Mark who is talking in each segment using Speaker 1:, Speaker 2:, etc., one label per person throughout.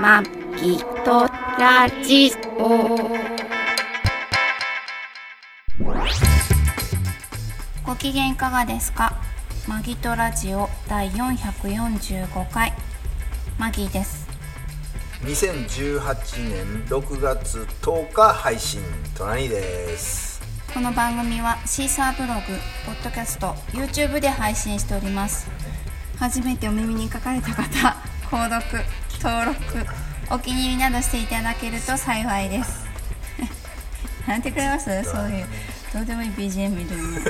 Speaker 1: まきとラジオ。ご機嫌いかがですか。マギトラジオ第445回マギーです。
Speaker 2: 2018年6月10日配信トナニです
Speaker 1: この番組はシーサーブログ、ポッドキャスト、YouTube で配信しております。初めてお耳に書かれた方、購読、登録、お気に入りなどしていただけると幸いです。 なんてくれますそういう、どうでもいい BGM みたいな。ね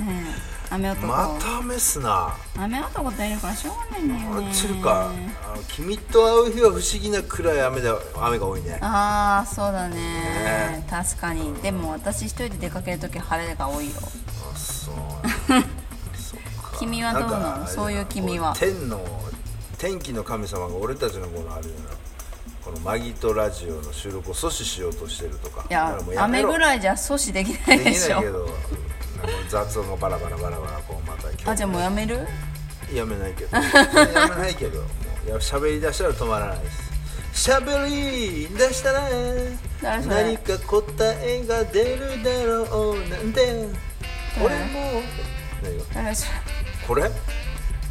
Speaker 1: え、雨男。
Speaker 2: またメスな
Speaker 1: 雨男といるからしょうがないんだよ
Speaker 2: あ
Speaker 1: ね。
Speaker 2: っちるかあの君と会う日は不思議なくらい雨だ雨が多いね
Speaker 1: ああそうだね
Speaker 2: ね
Speaker 1: 確かにでも私一人で出かける時晴れが多いよ
Speaker 2: あそう そっか
Speaker 1: 君はどうなの
Speaker 2: んかあれだ
Speaker 1: そういう君は
Speaker 2: こう天の天気の神様が俺たちのこのあれだなこのマギトラジオの収録を阻止しようとしてるとか
Speaker 1: い
Speaker 2: だか
Speaker 1: や
Speaker 2: らもうやめ
Speaker 1: 雨
Speaker 2: ろ
Speaker 1: ぐらいじゃ阻止できない
Speaker 2: で
Speaker 1: で
Speaker 2: き
Speaker 1: し
Speaker 2: な
Speaker 1: ょ
Speaker 2: いけどなんか雑音がバラバラバラバラこうまた今日
Speaker 1: あじゃあもうやめる
Speaker 2: やめないけ どやめないけどもうや喋り出したら止まらないです喋り出したら
Speaker 1: 誰それ
Speaker 2: 何か答えが出るだろうなんて
Speaker 1: 誰
Speaker 2: 俺も何が
Speaker 1: だからし
Speaker 2: これ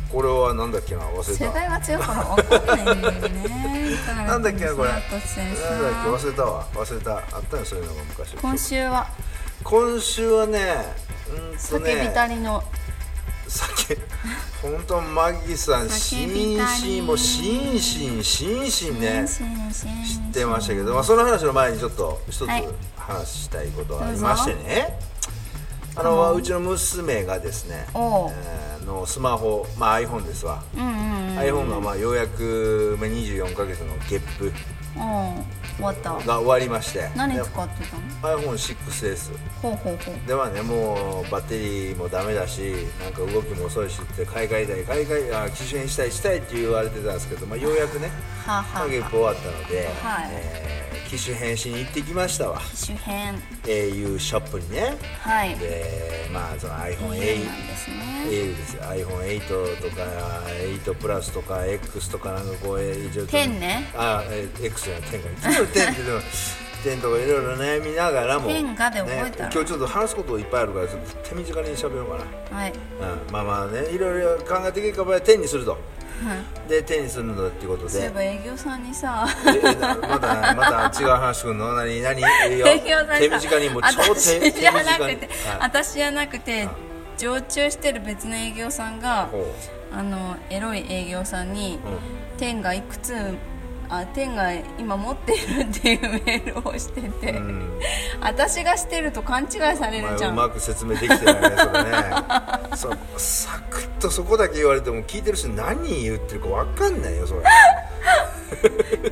Speaker 2: これはなんだっけな忘
Speaker 1: 世
Speaker 2: れ
Speaker 1: 代が強いから分かんないんだよね
Speaker 2: たなんだっけなこれなんだっ
Speaker 1: 突然
Speaker 2: け
Speaker 1: さ
Speaker 2: 忘れたわ忘れたあったねそういうのが昔
Speaker 1: 今週は
Speaker 2: 今週はねうーんと
Speaker 1: 酒
Speaker 2: ね
Speaker 1: 浸りの
Speaker 2: 酒本当マギさん
Speaker 1: 酒
Speaker 2: シ
Speaker 1: び
Speaker 2: ン
Speaker 1: たり
Speaker 2: シンもうシンシンシンシンね
Speaker 1: シンシンシ
Speaker 2: 知
Speaker 1: ン
Speaker 2: ってましたけど、まあ、その話の前にちょっと一つ
Speaker 1: はい
Speaker 2: 話したいことがありましてね、あのうちの娘がですね、え
Speaker 1: おう
Speaker 2: ーのスマホ、まあ、iPhone ですわ、
Speaker 1: うんうんうん
Speaker 2: iPhone がまあようやくまあ24か月のゲップ
Speaker 1: うん終わった
Speaker 2: が終わりまして
Speaker 1: 何使
Speaker 2: で
Speaker 1: ってたの
Speaker 2: iPhone6S
Speaker 1: ほうほうほう
Speaker 2: ではねもうバッテリーもダメだしなんか動きも遅いしって買い替えたい買い替えあ機種変したいしたいって言われてたんですけど、まあ、ようやくね
Speaker 1: はあはあ
Speaker 2: ゲップ終わったので、
Speaker 1: はい
Speaker 2: えー機種変しに行ってきましたわ
Speaker 1: 機種変
Speaker 2: au ショップにね
Speaker 1: はい
Speaker 2: でまあその iPhone8
Speaker 1: いいなんですね
Speaker 2: au ですよ iPhone8 とか8プラスとか X とかなんかこういう状況
Speaker 1: 10ね
Speaker 2: あえ X や10かいつも10って でも10とかいろいろ悩みながらも
Speaker 1: 10がで覚えたら
Speaker 2: ね今日ちょっと話すこといっぱいあるからちょっと手短に喋ろうか
Speaker 1: はい
Speaker 2: な、うん、まあまあねいろいろ考えて結果は10にするとで10にするのだっていうこと
Speaker 1: そういえ
Speaker 2: で
Speaker 1: ば営業さんにさ
Speaker 2: ええなまたまた違う話くんの何何いいよ
Speaker 1: 営業さんに
Speaker 2: 手
Speaker 1: さ
Speaker 2: 短にもう超手手
Speaker 1: 私じゃ
Speaker 2: 短に
Speaker 1: なくて
Speaker 2: はい
Speaker 1: 私じゃなくて常駐してる別の営業さんが
Speaker 2: ほ
Speaker 1: あのエロい営業さんに天がいくつあ天が今持ってるっていうメールをしてて、
Speaker 2: ううん
Speaker 1: 私がしてると勘違いされ
Speaker 2: まあ
Speaker 1: るじゃ、
Speaker 2: うんまく説明できてない ねそれねそうサクッとそこだけ言われても聞いてる人何言ってるか分かんないよそれ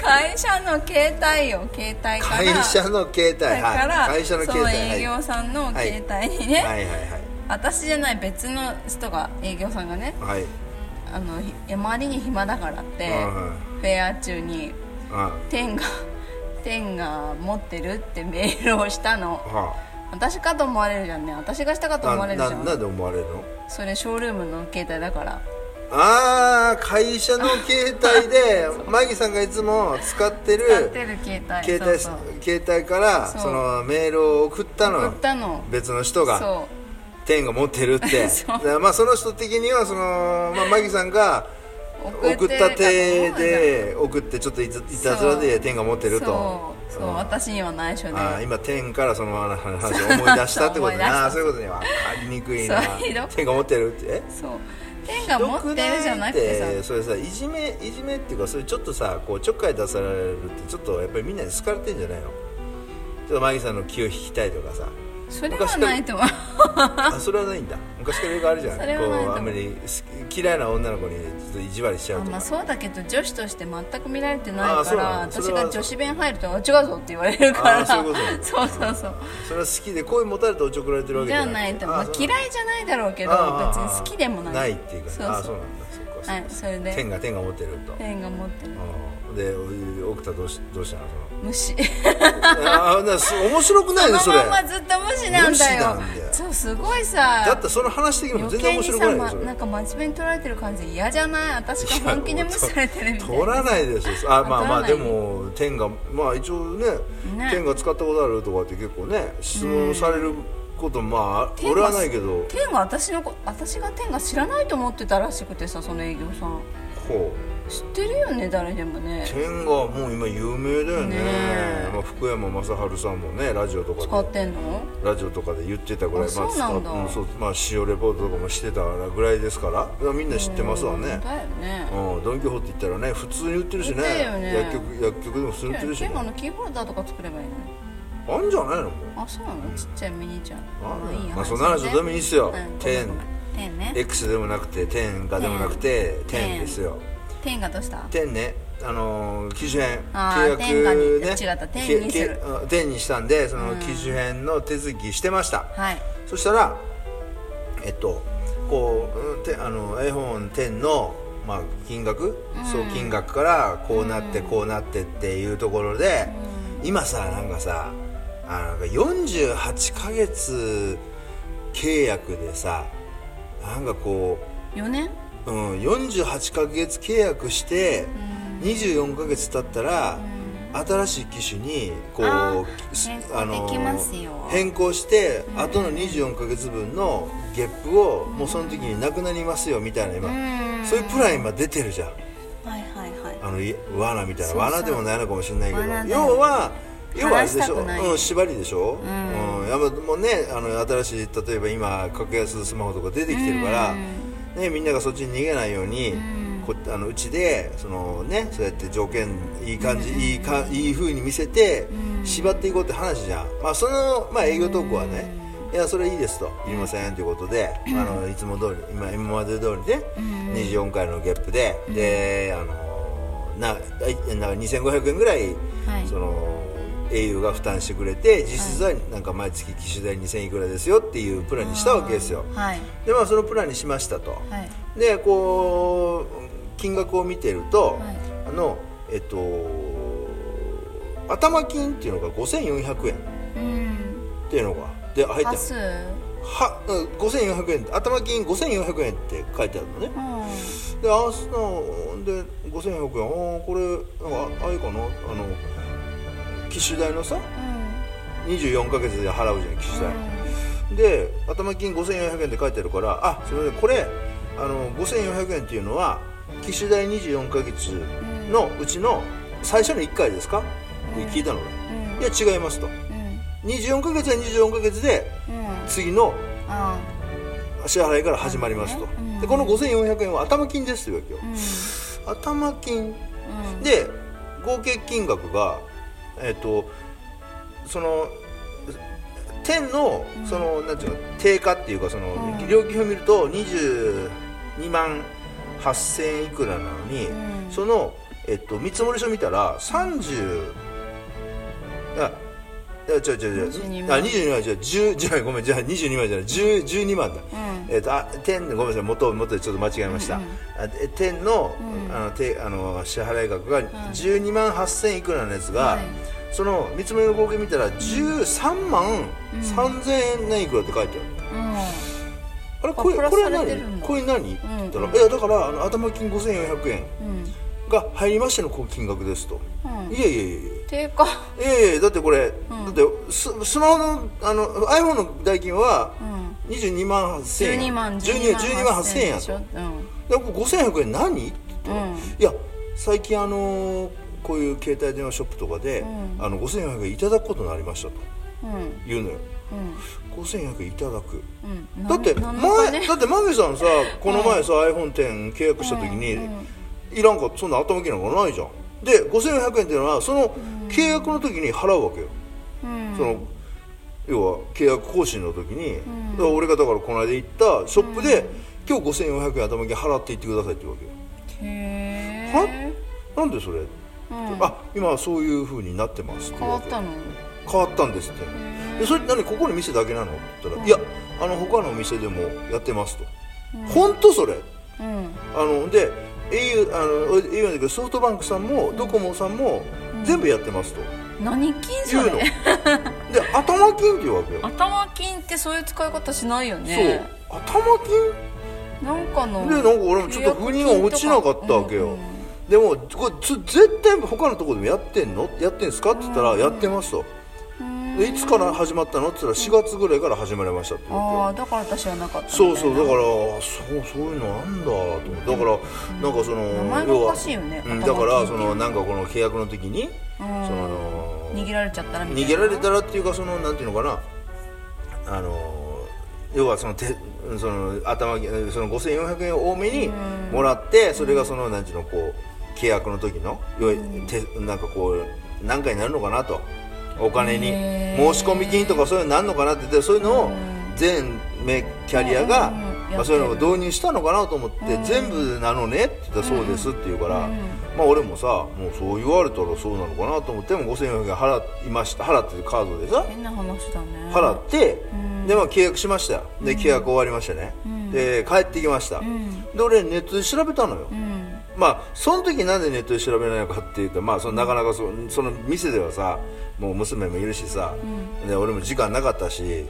Speaker 1: 会社の携帯よ携帯から
Speaker 2: 会社の携帯
Speaker 1: だから、
Speaker 2: はい、会社の携帯
Speaker 1: その営業さんの携帯にね、
Speaker 2: はい、はいはい
Speaker 1: 私じゃない別の人が営業さんがね
Speaker 2: はいはい
Speaker 1: あのひあまりに暇だからって、
Speaker 2: うんうん
Speaker 1: フェア中に天が 天が持ってるってメールをしたの
Speaker 2: うんは
Speaker 1: 私かと思われるじゃんね私がしたかと思わ
Speaker 2: あ
Speaker 1: れる
Speaker 2: な
Speaker 1: じゃ
Speaker 2: なんなんで思われるの
Speaker 1: それショールームの携帯だから
Speaker 2: ああ会社の携帯 でマギさんがいつも使ってる
Speaker 1: 使ってる携帯
Speaker 2: 携帯
Speaker 1: そうそう
Speaker 2: 携帯から
Speaker 1: そう
Speaker 2: そのメールを送ったのよ
Speaker 1: 送ったの
Speaker 2: 別の人が
Speaker 1: そ
Speaker 2: 天が持ってるって
Speaker 1: そう
Speaker 2: だからまあその人的にはその、まあ、マギさんが
Speaker 1: う
Speaker 2: 送った手
Speaker 1: っ
Speaker 2: で送ってちょっといたいたずらで天が持ってると
Speaker 1: そうそう、
Speaker 2: うん
Speaker 1: 私には内緒で
Speaker 2: ああ今天からその話を思い出したってこ
Speaker 1: そう思い
Speaker 2: とね
Speaker 1: 出した
Speaker 2: ああそういうことね分かりにくいな
Speaker 1: そうひどく
Speaker 2: 天が持ってるって
Speaker 1: そう天が持ってるじゃなくてさ
Speaker 2: それさいじめいじめっていうかそれちょっとさこうちょっかい出されるってちょっとやっぱりみんなに好かれてんじゃないのちょっとマギさんの気を引きたいとかさ
Speaker 1: それはないと思う
Speaker 2: あそれはないんだ昔からよくあるじゃん
Speaker 1: それはない思
Speaker 2: こと
Speaker 1: う
Speaker 2: うあんまり好き嫌いな女の子にちょっと意地悪しちゃうとか、
Speaker 1: まあそうだけど女子として全く見られてない
Speaker 2: あ
Speaker 1: か
Speaker 2: そう
Speaker 1: ら
Speaker 2: なのそ
Speaker 1: 私
Speaker 2: れは
Speaker 1: が女子弁入ると「あ違うぞ」って言われるから
Speaker 2: あそういうこと
Speaker 1: そうそうそう
Speaker 2: それは好きで恋持たれておちょくられてるわけ
Speaker 1: じ
Speaker 2: じ
Speaker 1: ゃ
Speaker 2: ゃ
Speaker 1: ないとまあ
Speaker 2: そう
Speaker 1: 嫌いじゃないだろうけど
Speaker 2: ああ
Speaker 1: 別に好きでもない
Speaker 2: ないっていうか
Speaker 1: そうそう
Speaker 2: あそうなんだそっかます、
Speaker 3: はいそれで
Speaker 2: 天が天が持ってると、
Speaker 3: ペンが持ってる
Speaker 2: うん、でお奥田どうしどうしたの
Speaker 3: 虫
Speaker 2: そのああなす面白くないねそ
Speaker 3: そ
Speaker 2: れ
Speaker 3: のままずっと無視なん
Speaker 2: 無視
Speaker 3: だよ
Speaker 2: なんだよ
Speaker 3: そうすごいさ
Speaker 2: だってその話的にも
Speaker 3: 余
Speaker 2: 全然
Speaker 3: 計
Speaker 2: 面
Speaker 3: に
Speaker 2: 白く
Speaker 3: さ、
Speaker 2: ない
Speaker 3: ま、
Speaker 2: よそれ
Speaker 3: なんか真面目に取られてる感じ嫌じゃない私が本気で無視されてるみたいな
Speaker 2: 取らないですよあまあまあ
Speaker 3: 取ら
Speaker 2: で
Speaker 3: ない
Speaker 2: も天がまあ一応ね
Speaker 3: ね
Speaker 2: 天が使ったことあるとかって結構ね質問されることまあ
Speaker 3: 天が
Speaker 2: 俺はないけど
Speaker 3: 天が私のこ私が天が知らないと思ってたらしくてさその営業さん
Speaker 2: ほう
Speaker 3: 知ってるよね誰でもね
Speaker 2: 天がもう今有名だよね
Speaker 3: ねえ
Speaker 2: まあ、福山雅治さんもねラジオと
Speaker 3: 使
Speaker 2: か
Speaker 3: っ
Speaker 2: で
Speaker 3: てんの
Speaker 2: ラジオとかで言ってたぐらい
Speaker 3: あそうなんだ
Speaker 2: まあうんそうまあ使用レポートとかもしてたぐらいですからだからみんな知ってますわね
Speaker 3: だよね
Speaker 2: うん、ドン・キホーテ行ったらね普通に売ってるしね
Speaker 3: 売ってるよね
Speaker 2: 薬局薬局でも普通に売ってるし、ね
Speaker 3: 天、のキーホルダーとか作ればいいのね
Speaker 2: あんじゃないのもう
Speaker 3: あそうなのちっちゃいミニちゃん
Speaker 2: あ
Speaker 3: もういいや
Speaker 2: まあそんな話どうでもいいですよ天
Speaker 3: 天ね
Speaker 2: X でもなくて天がでもなくて
Speaker 3: 天
Speaker 2: 天ですよ
Speaker 3: 天がどうした
Speaker 2: 天ねあのー機種編
Speaker 3: あー天がに
Speaker 2: 契約ね
Speaker 3: 違った天にする
Speaker 2: けけあ天にしたんでその機種編の手続きしてました、
Speaker 3: はい
Speaker 2: そしたらえっとこううんてあの iPhone10 のまあ金額、総金額からこうなってこうなってっていうところで、今さなんかさあなんか48ヶ月契約でさなんかこ
Speaker 3: 4年
Speaker 2: う、うん、48ヶ月契約して24ヶ月経ったら、新しい機種にこう
Speaker 3: あー
Speaker 2: す
Speaker 3: 変更できますよ
Speaker 2: 変更して、後の24ヶ月分のゲップをもうその時になくなりますよみたいな今、
Speaker 3: うん
Speaker 2: そういうプラン今出てるじゃん
Speaker 3: はいはいはい
Speaker 2: あのい罠みたいな
Speaker 3: そうそう
Speaker 2: 罠でもないのかもしれないけど
Speaker 3: 罠だよ
Speaker 2: 要は要はあれでしょ、
Speaker 3: 話したくない
Speaker 2: うん、縛りでしょ、うんやっぱもうねあの新しい例えば今格安スマホとか出てきてるから、ね、みんながそっちに逃げないように、こあのうちでその、ね、そうやって条件いい感じ、いいかいい風に見せて、縛っていこうって話じゃん、まあ、その、まあ、営業トークはね、いやそれいいですといりませんということで、あのいつも通り今今まで通りで、24回のゲップで、であのなえなんか2500円ぐらい、
Speaker 3: はい
Speaker 2: その au が負担してくれて実質はなんか毎月機種代2000いくらですよっていうプランにしたわけですよ、
Speaker 3: はい
Speaker 2: でまあそのプランにしましたと、
Speaker 3: はい
Speaker 2: でこう金額を見てると、
Speaker 3: はい
Speaker 2: あのえっと頭金っていうのが5400円
Speaker 3: うん
Speaker 2: っていうのがで入って
Speaker 3: パ
Speaker 2: る
Speaker 3: ス
Speaker 2: はうん5400円頭金5400円って書いてあるのね
Speaker 3: うん
Speaker 2: であそので5400円あーこれなんかああれかなあの機種代のさ24ヶ月で払うじゃん機種代、で頭金5400円って書いてあるからあそれでこれあの5400円っていうのは機種代24ヶ月のうちの最初の1回ですかって聞いたのね
Speaker 3: うん
Speaker 2: いや違いますと
Speaker 3: う
Speaker 2: 24ヶ月は24ヶ月
Speaker 3: ん
Speaker 2: で
Speaker 3: うん
Speaker 2: 次の
Speaker 3: あ
Speaker 2: 支払いから始まりますと
Speaker 3: なるほどねうん
Speaker 2: でこの5400円は頭金ですというわけよ
Speaker 3: あうん
Speaker 2: 頭金
Speaker 3: うん
Speaker 2: で合計金額がえっ、とその天のその、なんていうの定価っていうかその、
Speaker 3: うん
Speaker 2: 料金を見ると22万8000いくらなのに、
Speaker 3: うん
Speaker 2: その、えっと、見積書見たら30あいや違う違う違う
Speaker 3: 22
Speaker 2: あ
Speaker 3: 万
Speaker 2: 22万じゃ10じゃごめんじゃあ22万じゃない10 12万だ、
Speaker 3: うん
Speaker 2: えっとあ天ごめんなさい元元でちょっと間違えました、
Speaker 3: うん
Speaker 2: あで天の,、
Speaker 3: うん
Speaker 2: あのてあの支払い額が12万8000いくらのやつが、
Speaker 3: はい
Speaker 2: その見積もりの合計見たら13万3000円いくらって書いてある、あれこれ
Speaker 3: あプラス
Speaker 2: これは
Speaker 3: されて
Speaker 2: 何
Speaker 3: るんだ
Speaker 2: これ何、って言ったら、
Speaker 3: うん
Speaker 2: いやだからあの頭金5400円
Speaker 3: うんうん
Speaker 2: が入りましてのこう金額ですと、
Speaker 3: うん
Speaker 2: いやいやいやいや
Speaker 3: 定価
Speaker 2: いやいやだってこれ、だってススマホのあの iPhone の代金は
Speaker 3: うん
Speaker 2: 22万8000円
Speaker 3: 12万
Speaker 2: 12万8000円や
Speaker 3: で
Speaker 2: と
Speaker 3: しょうん
Speaker 2: でこれ5100円何って言ったら、
Speaker 3: うん
Speaker 2: いや最近あのーこういう携帯電話ショップとかで、
Speaker 3: う
Speaker 2: あの5400円いただくことになりましたと
Speaker 3: うん
Speaker 2: 言うのよ
Speaker 3: うん
Speaker 2: 5400円いただく
Speaker 3: うん
Speaker 2: だって
Speaker 3: な
Speaker 2: 前
Speaker 3: んかね
Speaker 2: だってマミさ んさこの前さ、iPhone10 契約した時に、いらんかそんな頭金なんかないじゃんで5400円っていうのはその契約の時に払うわけよ、
Speaker 3: うん
Speaker 2: その要は契約更新の時に、だから俺がだからこの間行ったショップで、今日5400円頭金払っていってくださいって言うわけよ
Speaker 3: へ
Speaker 2: は
Speaker 3: え
Speaker 2: なんでそれ、あ今そういう風になってます
Speaker 3: 変わったの
Speaker 2: 変わったんですってでそれ何ここの店だけなのって言ったら、いやあの他のお店でもやってますと、本当それ
Speaker 3: うん
Speaker 2: あので au あの au なんだけどソフトバンクさんもドコモさんも全部やってますと
Speaker 3: 何金
Speaker 2: 言
Speaker 3: そう
Speaker 2: の、
Speaker 3: れ
Speaker 2: で頭金っていうわけよ、
Speaker 3: 頭金ってそういう使い方しないよ
Speaker 2: そう
Speaker 3: ね
Speaker 2: 頭金
Speaker 3: なんかの
Speaker 2: でなんか俺もちょっと腑には落ちなかったわけよ、でもこれつ絶対他のところでもやってんのやってんすかって言ったらやってますと、でいつから始まったのって言ったら4月ぐらいから始まりましたって言うわけよ
Speaker 3: ああだから私はなかったみたい
Speaker 2: そう
Speaker 3: な
Speaker 2: そうだからそうそういうのあんだと思ってだからなんかその
Speaker 3: 名前がおかしいよね
Speaker 2: 要はうん、だ
Speaker 3: 頭金っ
Speaker 2: から
Speaker 3: て
Speaker 2: そ
Speaker 3: いう
Speaker 2: のなんかこの契約の時にその
Speaker 3: 逃げられちゃったらみたいな
Speaker 2: 逃げられたらっていうかそのなんていうのかなあの要はそのてその頭金その5400円を多めにもらってそれがそのなんていうのこう契約の時の要はてなんかこう何回になるのかなとお金に
Speaker 3: へー
Speaker 2: 申し込み金とかそういうのなんのかなって言ってそういうのを全メキャリアが、
Speaker 3: うんうん
Speaker 2: まあ、そういうのを導入したのかなと思って、全部なのねって言ったらそうですって言うから、まあ俺もさもうそう言われたらそうなのかなと思っても5400円払いました払ってカードでさ
Speaker 3: 変な話だね
Speaker 2: 払って、でまあ契約しましたよで契約終わりましたね、で帰ってきました、で俺ネットで調べたのよ、
Speaker 3: うん
Speaker 2: まあその時なんでネットで調べないのかっていうとまあそのなかなかそその店ではさもう娘もいるしさ、で俺も時間なかったし、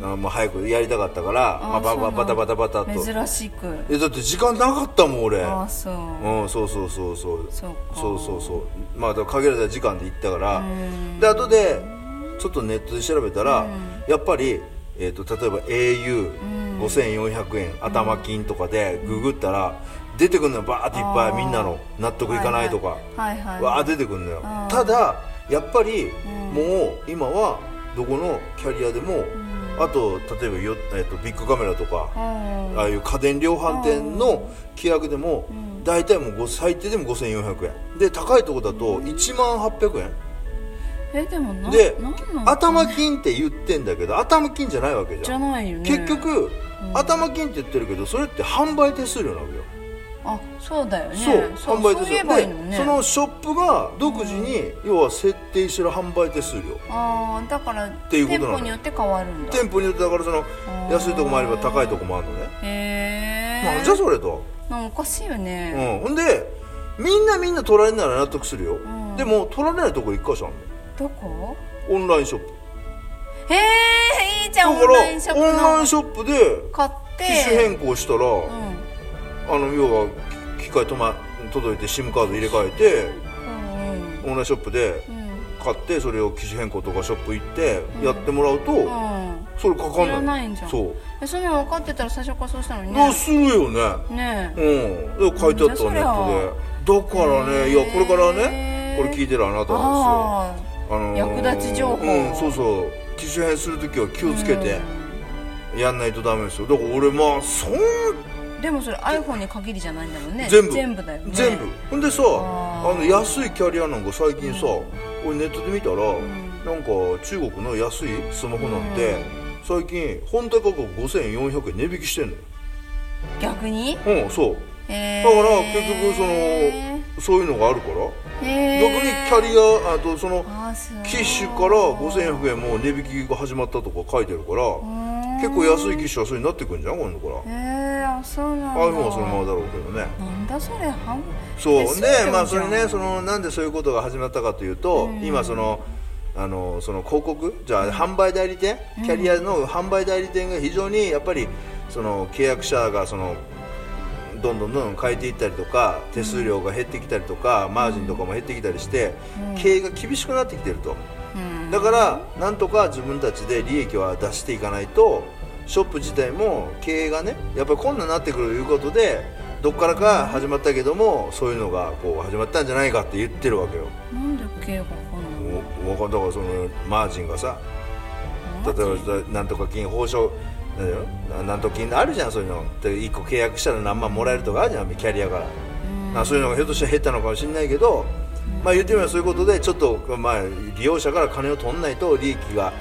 Speaker 2: あもう早くやりたかったからまあ、バ
Speaker 3: そうな
Speaker 2: バ
Speaker 3: ん
Speaker 2: バタバタバタと
Speaker 3: 珍しく
Speaker 2: えだって時間なかったもん俺
Speaker 3: ああそう
Speaker 2: うん、そうそうそうそう
Speaker 3: そうか
Speaker 2: そうそうそうまあだから限られた時間で行ったからで後でちょっとネットで調べたら、やっぱり、えー、と例えば au5400 円頭金とかでググったら出てくるのよバーっていっぱいみんなの納得いかないとか、
Speaker 3: はいはい
Speaker 2: わ
Speaker 3: は
Speaker 2: あ出てくるのよ、ただやっぱり、もう今はどこのキャリアでも、あと例えばよ、えー、とビッグカメラとか、
Speaker 3: いうん
Speaker 2: ああいう家電量販店の規約でも大体もうご最低でも5400円で高いとこだと1万800円
Speaker 3: えでもな
Speaker 2: で
Speaker 3: なんなん
Speaker 2: 頭金って言ってんだけど頭金じゃないわけじ
Speaker 3: じ
Speaker 2: ゃ
Speaker 3: ゃ
Speaker 2: ん
Speaker 3: ないよね
Speaker 2: 結局頭金って言ってるけどそれって販売手数料なわけよ
Speaker 3: あそうだよね
Speaker 2: そう販売手
Speaker 3: そう言え
Speaker 2: 数
Speaker 3: ばいい
Speaker 2: 料
Speaker 3: の
Speaker 2: で
Speaker 3: ね
Speaker 2: そのショップが独自に要は設定してる販売手数料
Speaker 3: ああだから
Speaker 2: ていうこ
Speaker 3: 店
Speaker 2: となの
Speaker 3: 舗によって変わるんだ
Speaker 2: 店舗によってだからその
Speaker 3: ー
Speaker 2: 安いとこもあれば高いとこもあるのね
Speaker 3: へ
Speaker 2: な
Speaker 3: え
Speaker 2: んじゃそれと
Speaker 3: おかしいよ
Speaker 2: う
Speaker 3: ね
Speaker 2: んほんでみんなみんな取られるなら納得するよ
Speaker 3: ん
Speaker 2: でも取られないとこ一箇所あるの
Speaker 3: どこ
Speaker 2: オンラインショップ
Speaker 3: へえいいじ
Speaker 2: だ
Speaker 3: ゃん
Speaker 2: から
Speaker 3: オンラインショップ
Speaker 2: オンライン
Speaker 3: の
Speaker 2: ショップで
Speaker 3: 買って
Speaker 2: 機種変更したら、
Speaker 3: うん
Speaker 2: あの要は機械と、ま、届いて SIM カード入れ替え
Speaker 3: うんうん
Speaker 2: てオンラインショップで
Speaker 3: うん
Speaker 2: 買ってそれを機種変更とかショップ行ってやってもらうと、
Speaker 3: うん
Speaker 2: それかかんない
Speaker 3: いらないんじゃん
Speaker 2: そう
Speaker 3: えそんなの分かってたら最初からそうしたのに
Speaker 2: だか
Speaker 3: ね
Speaker 2: らするよね
Speaker 3: ねえ
Speaker 2: うんで書いてあった
Speaker 3: うん
Speaker 2: ネットでだから
Speaker 3: へ
Speaker 2: ね
Speaker 3: ー
Speaker 2: いやこれからねこれ聞いてるあなたなん
Speaker 3: あ
Speaker 2: ですよ、あの
Speaker 3: 役立ち情報
Speaker 2: うん、そうそう機種変するときは気をつけてやんないとダメですよだから俺まあそん
Speaker 3: あでもそれ iPhone に限りじゃないんだもんね
Speaker 2: 全部
Speaker 3: 全部だよね
Speaker 2: 全部ほんでさ
Speaker 3: あ
Speaker 2: あ
Speaker 3: ー
Speaker 2: の安いキャリアなんか最近さ、俺ネットで見たら、なんか中国の安いスマホなんて、最近本体価格5400円値引きしてんのよ
Speaker 3: 逆に
Speaker 2: うんそう
Speaker 3: へえ
Speaker 2: だから結局その、そういうのがあるから
Speaker 3: 逆
Speaker 2: 逆にキャリアあとその
Speaker 3: あそう
Speaker 2: 機種から5400円もう値引きが始まったとか書いてるから
Speaker 3: ん
Speaker 2: 結構安い機種はそれになってくんじゃん今度から
Speaker 3: へえあそうなんだ
Speaker 2: iPhone はそのままだろうけどね
Speaker 3: なんだそれ半
Speaker 2: そう
Speaker 3: で
Speaker 2: でまあ
Speaker 3: そ
Speaker 2: そうれ
Speaker 3: じゃ
Speaker 2: ね
Speaker 3: ん
Speaker 2: そのなんでそういうことが始まったかというと、今そのあのその広告じゃあ販売代理店、キャリアの販売代理店が非常にやっぱりその契約者がそのどんどんどんどん変えていったりとか手数料が減ってきたりとか、マージンとかも減ってきたりして、経営が厳しくなってきてると、
Speaker 3: うん
Speaker 2: だからなんとか自分たちで利益は出していかないとショップ自体も経営がねやっぱり困難になってくるということでどっからか始まったけどもそういうのがこう始まったんじゃないかって言ってるわけよ
Speaker 3: なんで経営が分かんないの
Speaker 2: おおだからそのマージンがさ例えばなんとか金報奨なんだよななんとか金あるじゃんそういうので1個契約したら何万もらえるとかあるじゃんキャリアから、なそういうのがひょっとしたら減ったのかもしれないけど、まあ言ってみればそういうことでちょっと、まあ、利用者から金を取んないと利益が、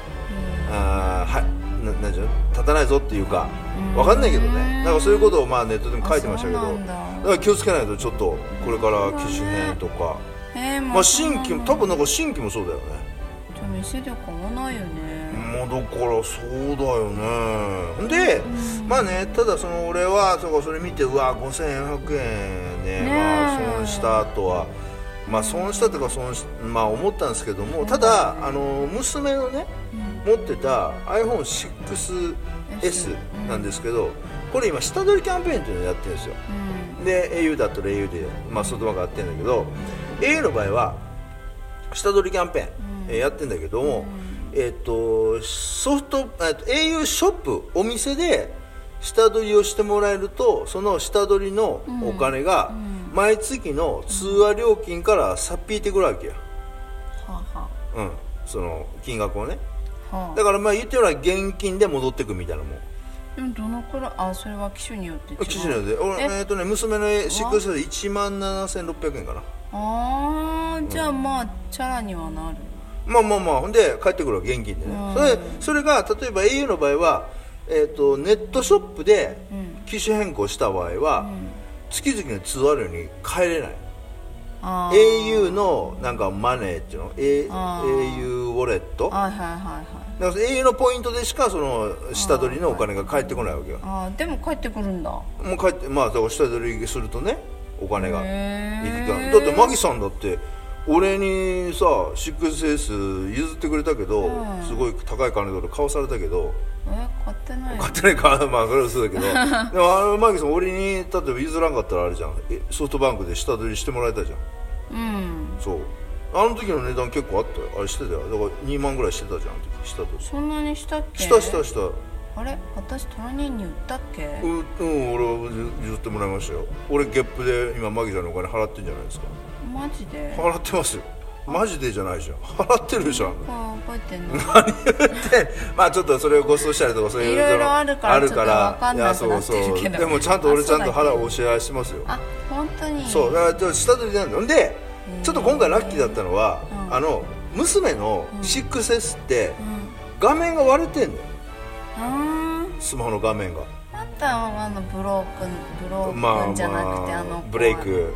Speaker 2: あーはななんていうの立たないぞっていうか分かんないけどねなんかそういうことをまあネットでも書いてましたけど
Speaker 3: あそうなんだ
Speaker 2: だから気をつけないとちょっとこれから機種変とか、
Speaker 3: えー、
Speaker 2: まあ、
Speaker 3: そん
Speaker 2: 新
Speaker 3: なの
Speaker 2: 規も多分なんか新規もそうだよね
Speaker 3: じゃあ店で買わないよ
Speaker 2: う
Speaker 3: ね、
Speaker 2: もうだからそうだよねで、まあねただその俺はそうかそれ見てうわ5400円
Speaker 1: ね
Speaker 2: ね
Speaker 1: え
Speaker 2: まあ損したとはまあ損したとか損しまあ思ったんですけどもただあの娘のね持ってた iPhone6S なんですけどこれ今下取りキャンペーンっていうのをやってるんですよ
Speaker 1: うん
Speaker 2: で au だったら au で、まあ、外バンクやってるんだけど au の場合は下取りキャンペーン、えーやってんだけども、えーっとソフト、えーっと au ショップお店で下取りをしてもらえるとその下取りのお金が毎月の通話料金からさっぴいてくるわけよ、
Speaker 1: はあは
Speaker 2: うん、その金額をね
Speaker 1: あはあ
Speaker 2: だからまあ言ってみれば現金で戻ってくみたいなもん
Speaker 1: でもどのくらいあそれは機種によって違う
Speaker 2: 記事なので俺え
Speaker 1: え
Speaker 2: ーっとね娘の6で1万7600円かな
Speaker 1: ああじゃあまあチャラにはなる
Speaker 2: まあまあまあほんで帰ってくるわ現金でね、
Speaker 1: うん
Speaker 2: それそれが例えば au の場合は、えー、とネットショップで機種変更した場合は、月々の通話料に変えれない
Speaker 1: あー
Speaker 2: au のなんかマネーっていうの A
Speaker 1: あ
Speaker 2: au ウォレットだか
Speaker 1: はいはいはいはい
Speaker 2: らその au のポイントでしかその下取りのお金が返ってこないわけよ
Speaker 1: あーでも帰ってくるんだ
Speaker 2: もう帰ってまあだから下取りするとねお金が
Speaker 1: へー
Speaker 2: いくからだってマギさんだって俺にさ 6S 譲ってくれたけど、
Speaker 1: うん
Speaker 2: すごい高い金だと買わされたけど
Speaker 1: え買ってない
Speaker 2: 買ってないからまあそれ はそうだけ どでもあのマギさん俺に例えば譲らんかったらあれじゃんえソフトバンクで下取りしてもらえたじゃん
Speaker 1: うん
Speaker 2: そうあの時の値段結構あったよあれしてたよだから2万ぐらいしてたじゃんあの時下取り
Speaker 1: そんなにしたっけ
Speaker 2: したしたした
Speaker 1: あれ私トラニーに売ったっけ
Speaker 2: ううん俺は譲譲ってもらいましたよ俺ゲップで今マギさんのお金払ってんじゃないですか
Speaker 1: マジで
Speaker 2: 払ってますよマジでじゃないじゃん払ってるじゃん
Speaker 1: あ覚えて んの
Speaker 2: でまあちょっとそれをご馳走したりとかそういう
Speaker 1: いろいろ
Speaker 2: その
Speaker 1: あるから
Speaker 2: あるか
Speaker 1: ちょっ
Speaker 2: ら
Speaker 1: とわかんなくなってるけど
Speaker 2: いやそうそうでもちゃんと俺
Speaker 1: あ
Speaker 2: ち
Speaker 1: そ
Speaker 2: ゃ
Speaker 1: うんだっ
Speaker 2: と
Speaker 1: け
Speaker 2: 腹をお支払いしてますよ
Speaker 1: あ本当に
Speaker 2: そうだからちょっと下取りなんだよんでちょっと今回ラッキーだったのは、
Speaker 1: うん
Speaker 2: あの娘の 6S って画面が割れてんのよ
Speaker 1: うん
Speaker 2: スマホの画面が
Speaker 1: あんたはあのブロークンブロー
Speaker 2: まあ
Speaker 1: クンじゃなくて、あ、
Speaker 2: まあ
Speaker 1: の
Speaker 2: ブレイク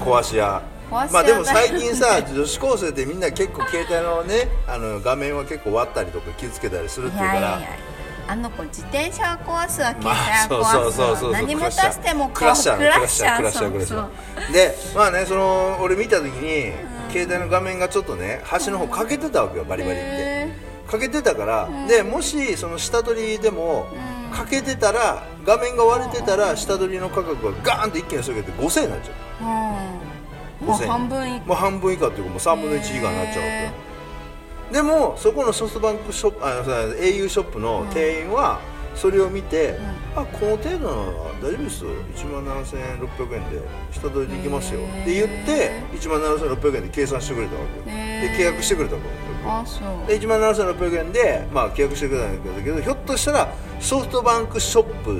Speaker 2: 壊し屋
Speaker 1: 壊し屋
Speaker 2: まあでも最近さ女子高生ってみんな結構携帯のねあの画面は結構割ったりとか気をつけたりするっ
Speaker 1: い
Speaker 2: ていうか
Speaker 1: や
Speaker 2: ら
Speaker 1: いやいやあの子自転車は壊すわ携帯
Speaker 2: まあ、そう
Speaker 1: は
Speaker 2: そうそう
Speaker 1: 壊す
Speaker 2: そ
Speaker 1: わ
Speaker 2: う
Speaker 1: 何も出しても
Speaker 2: クラッシャー
Speaker 1: クラッシャー
Speaker 2: クラッシャークラッシャークラッシ
Speaker 1: そう
Speaker 2: ャーでまあねその俺見た時に、携帯の画面がちょっとね端の方欠けてたわけよバリバリって
Speaker 1: へ
Speaker 2: 欠けてたから、でもしその下取りでも欠けてたら画面が割れてたら下取りの価格がガーンと一気に下げて5000円になっちゃ
Speaker 1: ーうん
Speaker 2: う
Speaker 1: もう
Speaker 2: 5000円
Speaker 1: 半分以
Speaker 2: もう半分以下っていうかもう3分の1以下になっちゃうわけよ
Speaker 1: へ
Speaker 2: でもそこのソフトバンクショップあのさ au ショップの店員はそれを見て、あこの程度なら大丈夫ですよ1万7600円で下取りできますよって言って1万7600円で計算してくれたわけよ
Speaker 1: へー
Speaker 2: で契約してくれたわ
Speaker 1: あそう
Speaker 2: けよで1万7600円で、まあ、契約してくれたんだけどひょっとしたらソフトバンクショップ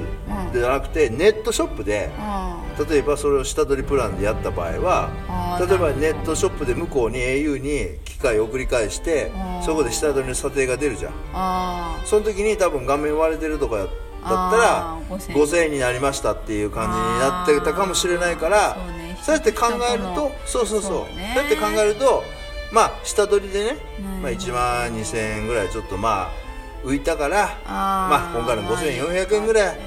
Speaker 2: でじゃなくてネットショップで
Speaker 1: あ
Speaker 2: 例えばそれを下取りプランでやった場合
Speaker 1: あ
Speaker 2: は
Speaker 1: ー
Speaker 2: 例えばネットショップで向こうに au に機械を送り返して
Speaker 1: あー
Speaker 2: そこで下取りの査定が出るじゃん
Speaker 1: あ
Speaker 2: その時に多分画面割れてるとかだったら
Speaker 1: あー5000
Speaker 2: 5000円になりましたっていう感じになってたかもしれないから
Speaker 1: あーそうね
Speaker 2: そうやって考えると
Speaker 1: 人
Speaker 2: そう
Speaker 1: と
Speaker 2: そうそう
Speaker 1: そうね
Speaker 2: そうやって考えるとまあ下取りでね
Speaker 1: うん
Speaker 2: まあ1万2000円ぐらいちょっとまあ浮いたからまあ今回の5400円ぐらい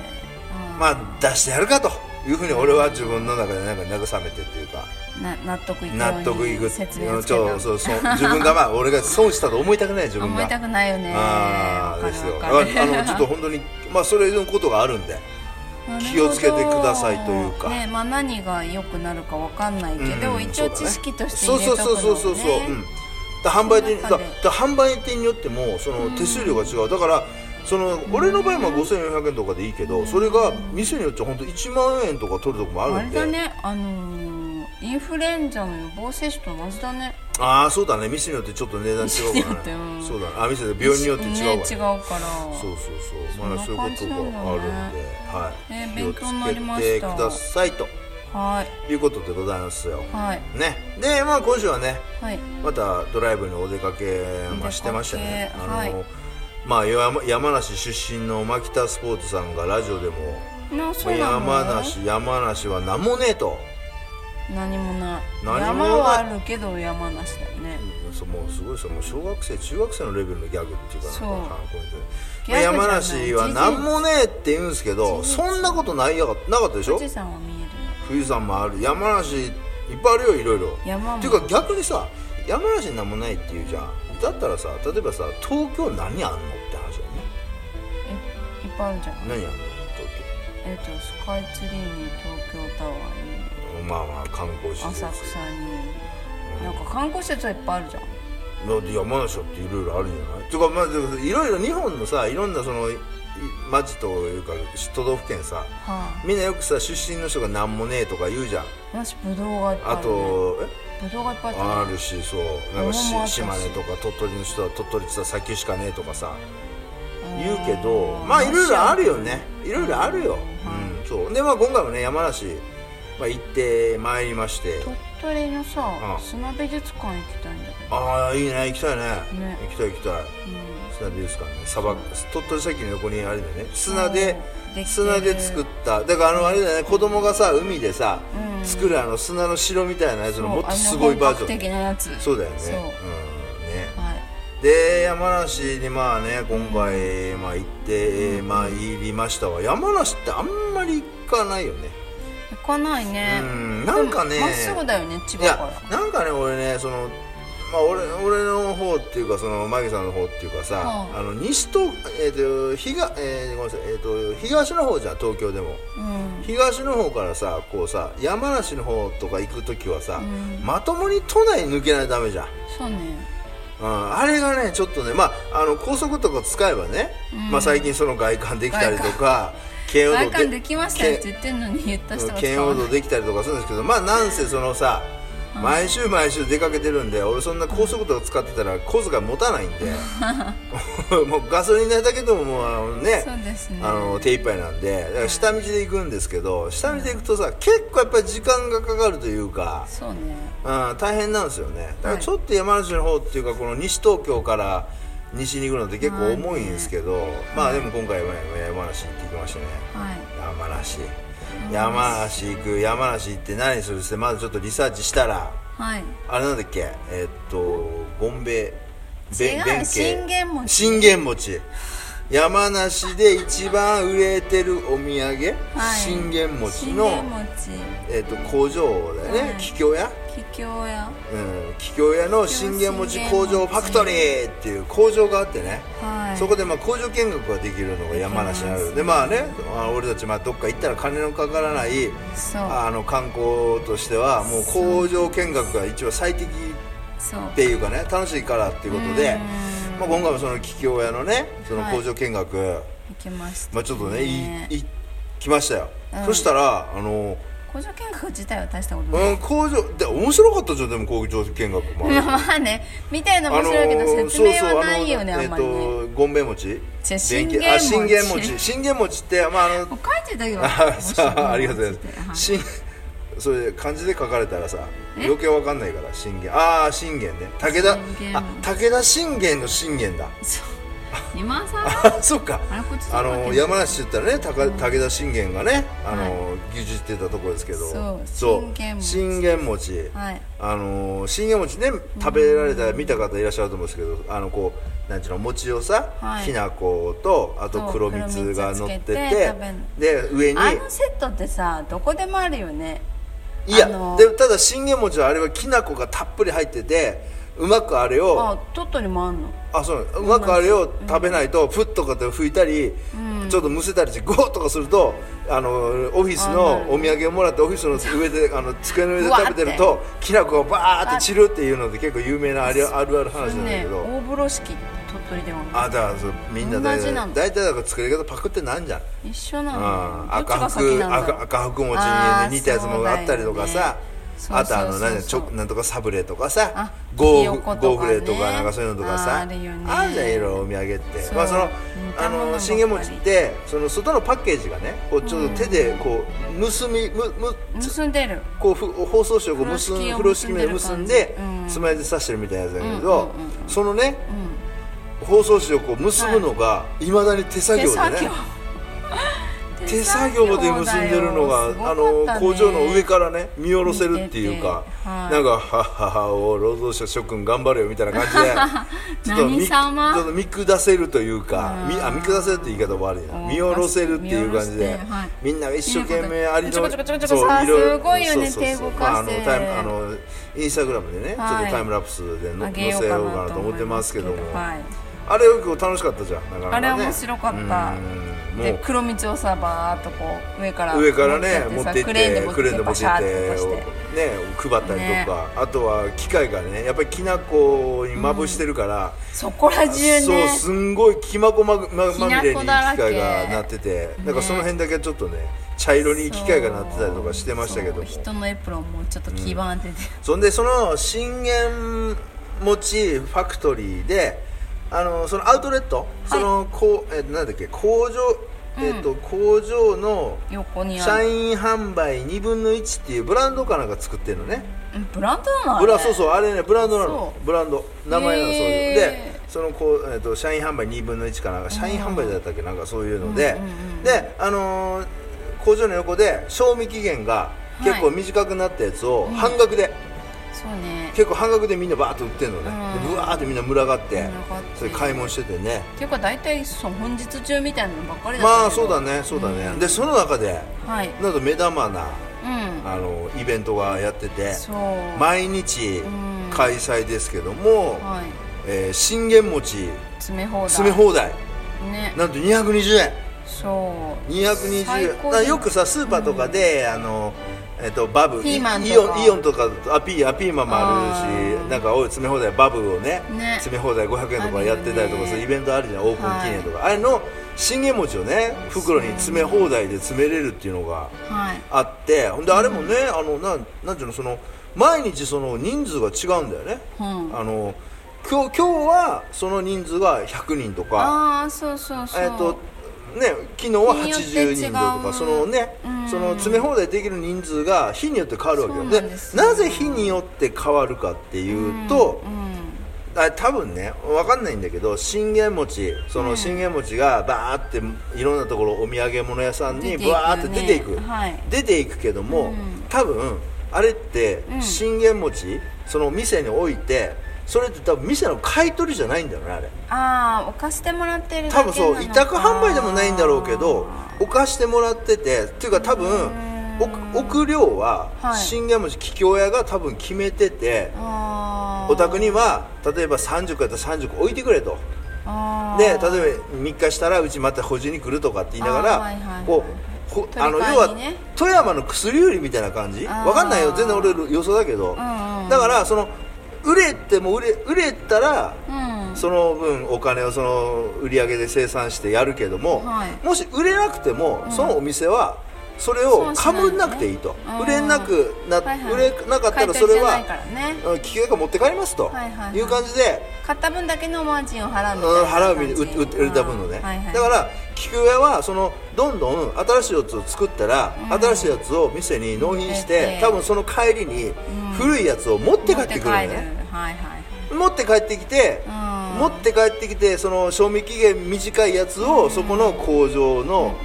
Speaker 2: まあ出してやるかというふうに俺は自分の中でなんか慰めてっていうか
Speaker 1: な納得いくように
Speaker 2: 納得いく
Speaker 1: 説明をつけ
Speaker 2: ちょ
Speaker 1: た
Speaker 2: そうそう自分がまあ俺が損したと思いたくない自分が
Speaker 1: 思いたくないよねわ
Speaker 2: ああ
Speaker 1: か
Speaker 2: で
Speaker 1: る
Speaker 2: すよ
Speaker 1: わ
Speaker 2: だ
Speaker 1: か
Speaker 2: からあ
Speaker 1: る
Speaker 2: のちょっと本当にまあそれのことがあるんで気をつけてくださいとい
Speaker 1: なる
Speaker 2: うか
Speaker 1: ほどねまあ、何が良くなるかわかんないけど、
Speaker 2: うん
Speaker 1: 一応知識として
Speaker 2: そう
Speaker 1: 入れと
Speaker 2: そ
Speaker 1: く
Speaker 2: う
Speaker 1: の
Speaker 2: そうそうそうそう、うん、だから販売店
Speaker 1: その中
Speaker 2: だ
Speaker 1: で
Speaker 2: だから販売店によってもその手数料が違う、だからその俺の場合は5400円とかでいいけど、それが店によっては本当1万円とか取るとこもあ
Speaker 1: あ
Speaker 2: る
Speaker 1: れ
Speaker 2: んで
Speaker 1: だねあのーインフルエンザの予防接種と同じだね
Speaker 2: ああそうだね店によってちょっと値段違うか
Speaker 1: 店によ
Speaker 2: ら
Speaker 1: って
Speaker 2: ね
Speaker 1: うん
Speaker 2: そうだねあ店で病院によって違うから、
Speaker 1: ね、違うから
Speaker 2: そうそうそうまあそ
Speaker 1: そ
Speaker 2: うんいう
Speaker 1: な
Speaker 2: ことがあるんで、
Speaker 1: 感じ
Speaker 2: はい、
Speaker 1: ねえー
Speaker 2: 気を
Speaker 1: 勉
Speaker 2: つ
Speaker 1: 強になりま
Speaker 2: けて
Speaker 1: した
Speaker 2: くださいと
Speaker 1: はい
Speaker 2: いうことでございますよ
Speaker 1: はい
Speaker 2: ねでまあ今週はね
Speaker 1: はい
Speaker 2: またドライブにお出かけ、まあ、してましたね
Speaker 1: お出
Speaker 2: あ
Speaker 1: か
Speaker 2: の、
Speaker 1: けはい
Speaker 2: まあ山山梨出身の牧田スポーツさんがラジオでも
Speaker 1: な
Speaker 2: 「
Speaker 1: そうなの
Speaker 2: 山梨山梨は何もねえ」と
Speaker 1: 何もない
Speaker 2: 何もない
Speaker 1: 山はあるけど山なしだよね、
Speaker 2: うんそうもうすごいですよもう小学生中学生のレベルのギャグっていうかな
Speaker 1: そう
Speaker 2: このこれで
Speaker 1: ギャグじゃない
Speaker 2: まあ山梨は何もねえって言うんですけどそんなことないやがなかったでしょ
Speaker 1: 富士山は見えるよ
Speaker 2: 富士山もある山梨いっぱいあるよいろいろ
Speaker 1: 山も
Speaker 2: っていうか逆にさ山梨になんもないっていうじゃんだったらさ例えばさ東京何あんのって話だよね
Speaker 1: えいっぱいあるんじゃない
Speaker 2: 何あんの東
Speaker 1: えっとスカイツリーに東京タワーに
Speaker 2: 京まあまあ観光施設
Speaker 1: 浅草になんか観光施設はいっぱいあるじゃん
Speaker 2: だって山梨だっていろいろあるんじゃないてかまあでもいろいろ日本のさいろんなそのい町というか都道府県さ
Speaker 1: は
Speaker 2: みんなよくさ出身の人が何もねえとか言うじゃん
Speaker 1: い、私ぶどうがいっぱい
Speaker 2: あ
Speaker 1: ある、ね、
Speaker 2: とえ
Speaker 1: ぶどうがいっぱいあ
Speaker 2: あ
Speaker 1: る
Speaker 2: るしそうなんか
Speaker 1: 桃もあった
Speaker 2: し
Speaker 1: し
Speaker 2: 島根とか鳥取の人は鳥取ってさ砂丘しかねえとかさ
Speaker 1: あ
Speaker 2: 言うけどまあいろいろあるよねいろいろあるよ、うん、そうでまあ今回もね山梨、まあ、行ってまいりまして
Speaker 1: 鳥取のさ、
Speaker 2: うん
Speaker 1: 砂美術館行きたいんだけど
Speaker 2: ああいいね行きたいね
Speaker 1: ね
Speaker 2: 行きたい行きたい砂美術館ね砂漠鳥取砂丘の横にあれだよね砂で
Speaker 1: うんできてる
Speaker 2: 砂で作っただからあのあれだよね子供がさ海でさ、
Speaker 1: うん
Speaker 2: 作るあの砂の城みたいなやつのもっと
Speaker 1: あの
Speaker 2: すごいバージ
Speaker 1: 本格的
Speaker 2: ョン
Speaker 1: なやつ
Speaker 2: そうだよね
Speaker 1: そう
Speaker 2: うんね
Speaker 1: はい
Speaker 2: で山梨にまあね今回、まあ、行って、まあ入りましたわ山梨ってあんまり行かないよね
Speaker 1: 行かないね
Speaker 2: うんなんかね
Speaker 1: でもまっすぐだよね千
Speaker 2: い
Speaker 1: 葉
Speaker 2: や
Speaker 1: か
Speaker 2: なんかね俺ねそのまあ、俺俺の方っていうかそのマギさんの方っていうかさ、
Speaker 1: は
Speaker 2: あの西東えっ、と東えーごめんなさいえっ、と東の方じゃん東京でも
Speaker 1: らうん
Speaker 2: 東の方からさこうさ山梨の方とか行く時はさ、まともに都内抜けないとダメじゃん
Speaker 1: そうね
Speaker 2: うんあれがねちょっとね、まあ、あの高速とか使えばね、まあ、最近その外観できたりとか圏央道
Speaker 1: 外観できましたよって言ってんのに言った人が
Speaker 2: 圏
Speaker 1: 使
Speaker 2: 央
Speaker 1: わ
Speaker 2: 道できたりとかするんですけどまあなんせそのさ毎週毎週出かけてるんで俺そんな高速とか使ってたら小遣い持たないん でもうガソリン代だけでももうあのね
Speaker 1: そうですね
Speaker 2: あの手一杯なんでだから下道で行くんですけど下道で行くとさ結構やっぱり時間がかかるというか、
Speaker 1: そうね
Speaker 2: うん、大変なんですよねだからちょっと山梨の方っていうかこの西東京から西に行くのって結構重いんですけど、まあでも今回は山梨行ってきましたね
Speaker 1: はい
Speaker 2: 山梨山梨行く山梨行って何するってまずちょっとリサーチしたら
Speaker 1: はい
Speaker 2: あれなんだっけえーっとゴンベべ
Speaker 1: 違う
Speaker 2: 弁慶
Speaker 1: 信玄餅
Speaker 2: 信玄餅山梨で一番売れてるお土産、
Speaker 1: はい
Speaker 2: 信玄餅
Speaker 1: 信
Speaker 2: の
Speaker 1: 玄餅
Speaker 2: えーっと工場だよね、
Speaker 1: はい
Speaker 2: 桔梗屋
Speaker 1: 桔梗屋
Speaker 2: うん桔梗屋の信玄餅工場ファクトリーっていう工場があってね、
Speaker 1: はい
Speaker 2: そこでまあ工場見学ができるのが山梨にあるでまあねあ俺たちまあどっか行ったら金のかからない
Speaker 1: そう
Speaker 2: あの観光としてはもう工場見学が一応最適
Speaker 1: そう
Speaker 2: っていうかね楽しいからっていうことで、まあ、今回もその桔梗屋のねその工場見学、
Speaker 1: 行きました、
Speaker 2: まあちょっとねいい来ましたよ、
Speaker 1: うん
Speaker 2: そしたらあの、
Speaker 1: 工場見学自体は大したことない、
Speaker 2: うん、工場で面白かったじゃんでも工場見学もあれ
Speaker 1: まあね見たいの面白いけど、説明はないよねあ
Speaker 2: そうそうあの
Speaker 1: んまりね、
Speaker 2: えっ、と、ゴンベ餅。
Speaker 1: じゃあ
Speaker 2: 電気
Speaker 1: 信玄餅
Speaker 2: あ、信玄餅。信玄餅って、まあ、あ の
Speaker 1: もう書いてたけど
Speaker 2: あ、 さあ、ありがとうござい
Speaker 1: は
Speaker 2: ます。信それ漢字で書かれたらさ余計わかんないから信玄ああ信玄ね武田
Speaker 1: 信玄
Speaker 2: あ武田信玄の信玄だ
Speaker 1: そう二万さん
Speaker 2: あ そっか
Speaker 1: あれこっちそ
Speaker 2: あ
Speaker 1: うだけ
Speaker 2: の
Speaker 1: ど
Speaker 2: 山梨って言ったらねたか武田信玄がねあの牛耳ってたとこですけど
Speaker 1: そう信玄餅
Speaker 2: 信玄餅
Speaker 1: はい
Speaker 2: あのー信玄餅ね食べられたら見た方いらっしゃると思うんですけど、あのこうなんちゅうの餅をさ、
Speaker 1: はい
Speaker 2: きな粉とあと
Speaker 1: そう
Speaker 2: 黒蜜が乗っ
Speaker 1: 黒蜜
Speaker 2: てて
Speaker 1: つけて食べんの
Speaker 2: で上に
Speaker 1: あのセットってさどこでもあるよね
Speaker 2: いや、
Speaker 1: あの
Speaker 2: でただ信玄餅はあれはきな粉がたっぷり入っててうまくあれを
Speaker 1: あトットにもあんの
Speaker 2: あそううまくあれを食べないと、ふっとかって拭いたり、ちょっとむせたりしてゴーッとかするとあのオフィスのお土産をもらってオフィスの上であの机の上で食べてる
Speaker 1: う
Speaker 2: ときな粉がバーって散るっていうので結構有名なあれあるある
Speaker 1: それ
Speaker 2: 話なんだけ
Speaker 1: ね
Speaker 2: ど、
Speaker 1: 大風呂敷鳥取でもあ
Speaker 2: あだからそうみんな大
Speaker 1: 同
Speaker 2: 体
Speaker 1: じなの
Speaker 2: 大体だから作り方パクってなんじゃん
Speaker 1: る一緒な
Speaker 2: うん
Speaker 1: のどっち
Speaker 2: 赤
Speaker 1: が先
Speaker 2: 福
Speaker 1: なんだろう
Speaker 2: 赤赤福餅
Speaker 1: あー
Speaker 2: に似たやつもあったりとかさ
Speaker 1: そうだ
Speaker 2: あ
Speaker 1: よね
Speaker 2: と
Speaker 1: そうそうそうそう
Speaker 2: あの何だちょなんとかサブレとかさ
Speaker 1: あ
Speaker 2: ゴ
Speaker 1: ひよ
Speaker 2: ー
Speaker 1: ことかね
Speaker 2: ゴーフレとかなんかそういうのとかさ
Speaker 1: あーあるよね
Speaker 2: あるじゃんいろいろお土産って
Speaker 1: そう
Speaker 2: まあその
Speaker 1: 似
Speaker 2: あ
Speaker 1: たものばっか
Speaker 2: の
Speaker 1: り
Speaker 2: 信玄餅ってその外のパッケージがねこうちょっと手でこう結びむむ
Speaker 1: 結んでる
Speaker 2: こうふ包装紙をこう結ん
Speaker 1: 風呂敷を
Speaker 2: 風呂敷まで結
Speaker 1: 結ん
Speaker 2: んで
Speaker 1: でる感じうん
Speaker 2: つまようじで刺してるみたいなやつだけ
Speaker 1: うん
Speaker 2: ど
Speaker 1: うんうん
Speaker 2: そのね包装紙をこう結ぶのがいまだに手作
Speaker 1: 手
Speaker 2: 業でね
Speaker 1: 作業
Speaker 2: 手作業で結んでる
Speaker 1: 手作業すご
Speaker 2: のが、
Speaker 1: か
Speaker 2: あ
Speaker 1: ったね
Speaker 2: の工場の上からね見下ろせるっていうか
Speaker 1: 見ててはい
Speaker 2: なんか「はっはっはお労働者諸君頑張れよ」みたいな感じでちょっと見
Speaker 1: 何様
Speaker 2: ちょっと見下せるというかみあ見下せるって言い方もあるや
Speaker 1: うん
Speaker 2: 見下ろせるっていう感じ
Speaker 1: 見
Speaker 2: で
Speaker 1: 下ろしてはい
Speaker 2: みんな一生懸命ありの
Speaker 1: ちょこちょこちょこちょこ
Speaker 2: そう
Speaker 1: さ
Speaker 2: いろいろ
Speaker 1: すごいよね
Speaker 2: そうそうそう
Speaker 1: 手動かして
Speaker 2: まああのタイムあのインスタグラムでねちょっ
Speaker 1: はい
Speaker 2: とタイムラプスでの
Speaker 1: あ
Speaker 2: 載
Speaker 1: げ
Speaker 2: せよ
Speaker 1: よ
Speaker 2: う
Speaker 1: うか
Speaker 2: か
Speaker 1: な
Speaker 2: なと
Speaker 1: と思
Speaker 2: 思っ
Speaker 1: ってて
Speaker 2: ま
Speaker 1: ますす
Speaker 2: け
Speaker 1: け
Speaker 2: ど
Speaker 1: ど
Speaker 2: も
Speaker 1: はい
Speaker 2: あれよく楽しかったじゃんなかなかね
Speaker 1: あれ面白かった
Speaker 2: うんも
Speaker 1: で
Speaker 2: う
Speaker 1: 黒道をさバーっとこう上から
Speaker 2: 上からね
Speaker 1: 持
Speaker 2: 持っ
Speaker 1: っててっ
Speaker 2: いっ
Speaker 1: さク
Speaker 2: てて
Speaker 1: レーンで持っ
Speaker 2: クレーン
Speaker 1: て
Speaker 2: で持
Speaker 1: バ
Speaker 2: って
Speaker 1: シ
Speaker 2: い
Speaker 1: ャ
Speaker 2: っ
Speaker 1: ー
Speaker 2: て
Speaker 1: って落として
Speaker 2: ね配ったりとか、あとは機械がねやっぱりきな粉にまぶしてるから、
Speaker 1: そこら中
Speaker 2: そう
Speaker 1: ね
Speaker 2: すんごいきまこまぐままみれに
Speaker 1: きな粉
Speaker 2: 機
Speaker 1: だら
Speaker 2: 械
Speaker 1: け
Speaker 2: がなっててなんかその辺だけちょっとね茶色に機械がなってたりとかしてましたけど
Speaker 1: そ
Speaker 2: も
Speaker 1: う人のエプロンもちょっと黄ばんでて、
Speaker 2: そんでその信玄餅ファクトリーであのそのアウトレット、そのこうえなんだっけ工場、えっと工場の
Speaker 1: 横にあ
Speaker 2: 社
Speaker 1: る
Speaker 2: 員販売2分の1っていうブランドかなんか作ってるのね
Speaker 1: うんブランドなのあれ
Speaker 2: ブラそうそうあれねブランドなの
Speaker 1: そう
Speaker 2: ブランド名前なのそういう
Speaker 1: へー
Speaker 2: でそのこう、えっと社員販売2分の1かなんか社員販売だったっけなんかそういうので、であのー工場の横で賞味期限が結構短くなったやつを半額で、
Speaker 1: そうね
Speaker 2: 結構半額でみんなバーッと売ってるのね、
Speaker 1: うん
Speaker 2: でブワーってみんな群がって
Speaker 1: 群がって
Speaker 2: それ買い物しててね
Speaker 1: っていうか大体そう本日中みたいなのばっかりだったけど
Speaker 2: まあそうだねそうだね、でその中で
Speaker 1: はいうん
Speaker 2: なんと目玉なあのイベントがやってて
Speaker 1: そう
Speaker 2: 毎日
Speaker 1: ん
Speaker 2: 開催ですけども、
Speaker 1: はい
Speaker 2: えー信玄餅
Speaker 1: 詰め放題
Speaker 2: 詰め放題
Speaker 1: ね
Speaker 2: なんと220円
Speaker 1: そう最
Speaker 2: 220円
Speaker 1: 高
Speaker 2: だ
Speaker 1: だ
Speaker 2: よくさスーパーとかで、あのえっとバブ
Speaker 1: ピーマンとか
Speaker 2: イオンイオンとかだとあピーあピーマンもある
Speaker 1: あ
Speaker 2: し
Speaker 1: ー
Speaker 2: なんかおい詰め放題バブをね
Speaker 1: ね
Speaker 2: 詰め放題500円とかやってたり
Speaker 1: ある
Speaker 2: とか、
Speaker 1: よね
Speaker 2: そういうイベントあるじゃんオープン記念とか、あれの信玄餅をね袋に詰め放題で詰めれるっていうのが
Speaker 1: はい
Speaker 2: あってほんであれもね、あのなんなんていうのその毎日その人数が違うんだよね、
Speaker 1: うん
Speaker 2: あの今日今日はその人数が100人と
Speaker 1: あ
Speaker 2: か
Speaker 1: あそうそうそう
Speaker 2: えっ、とね昨日は
Speaker 1: 日によって
Speaker 2: 80人だと
Speaker 1: 違
Speaker 2: か
Speaker 1: う
Speaker 2: そのね、
Speaker 1: うん
Speaker 2: その詰め放題できる人数が日によって変わるわけよ
Speaker 1: そう
Speaker 2: で
Speaker 1: なんですよ
Speaker 2: なぜ日によって変わるかっていうと、
Speaker 1: うん
Speaker 2: あ多分ね分かんないんだけど信玄餅その信玄餅がバーっていろんなところお土産物屋さん
Speaker 1: 出てい
Speaker 2: に
Speaker 1: くよね
Speaker 2: バーって出ていく
Speaker 1: はい
Speaker 2: 出ていくけども、
Speaker 1: うん
Speaker 2: 多分あれって
Speaker 1: うん
Speaker 2: 信玄餅その店に置いてそれって多分店の買い取りじゃないんだよねあれ
Speaker 1: ああお貸してもらってるだけ
Speaker 2: 多
Speaker 1: なの
Speaker 2: 分
Speaker 1: か
Speaker 2: そう委託販売でもないんだろうけどお貸してもらっててっていうか多分お置く量は
Speaker 1: はい
Speaker 2: 信玄餅桔梗屋が多分決めてて、
Speaker 1: あー
Speaker 2: お宅には例えば30個やったら30個置いてくれと。
Speaker 1: あー
Speaker 2: で例えば3日したらうちまた補充に来るとかって言いながら
Speaker 1: あーはいはいはい
Speaker 2: こうほあの
Speaker 1: 取り
Speaker 2: 要
Speaker 1: 替えにね
Speaker 2: は富山の薬売りみたいな感じ
Speaker 1: あー
Speaker 2: わかんないよ全然俺予想だけど、
Speaker 1: んうん
Speaker 2: だからその売れても売れ売れたら、
Speaker 1: うん
Speaker 2: その分お金をその売り上げで生産してやるけども、
Speaker 1: はい
Speaker 2: もし売れなくても、そのお店はそれを
Speaker 1: 損しな
Speaker 2: か
Speaker 1: いね
Speaker 2: ぶんなくていいと、
Speaker 1: うん
Speaker 2: 売れなくな、
Speaker 1: はいはい
Speaker 2: 売れなかったら
Speaker 1: 買い
Speaker 2: そ
Speaker 1: 取り
Speaker 2: れ
Speaker 1: じゃな
Speaker 2: はい
Speaker 1: からね
Speaker 2: うん企業が持って帰りますと、
Speaker 1: はいいはいはいう
Speaker 2: 感じで
Speaker 1: 買った分だけのマージンを払うみた
Speaker 2: うん
Speaker 1: いな
Speaker 2: 払う
Speaker 1: 感
Speaker 2: み
Speaker 1: じ
Speaker 2: 売売売れた分のね、
Speaker 1: うんはいはい
Speaker 2: だから菊屋はそのどんどん新しいやつを作ったら、新しいやつを店に納品して、
Speaker 1: うん
Speaker 2: 多分その帰りに古いやつを持って帰ってくる
Speaker 1: 持
Speaker 2: の
Speaker 1: って帰
Speaker 2: ね、
Speaker 1: るはいはい
Speaker 2: 持って帰ってきて、
Speaker 1: うん
Speaker 2: 持って帰ってきてその賞味期限短いやつをそこの工場の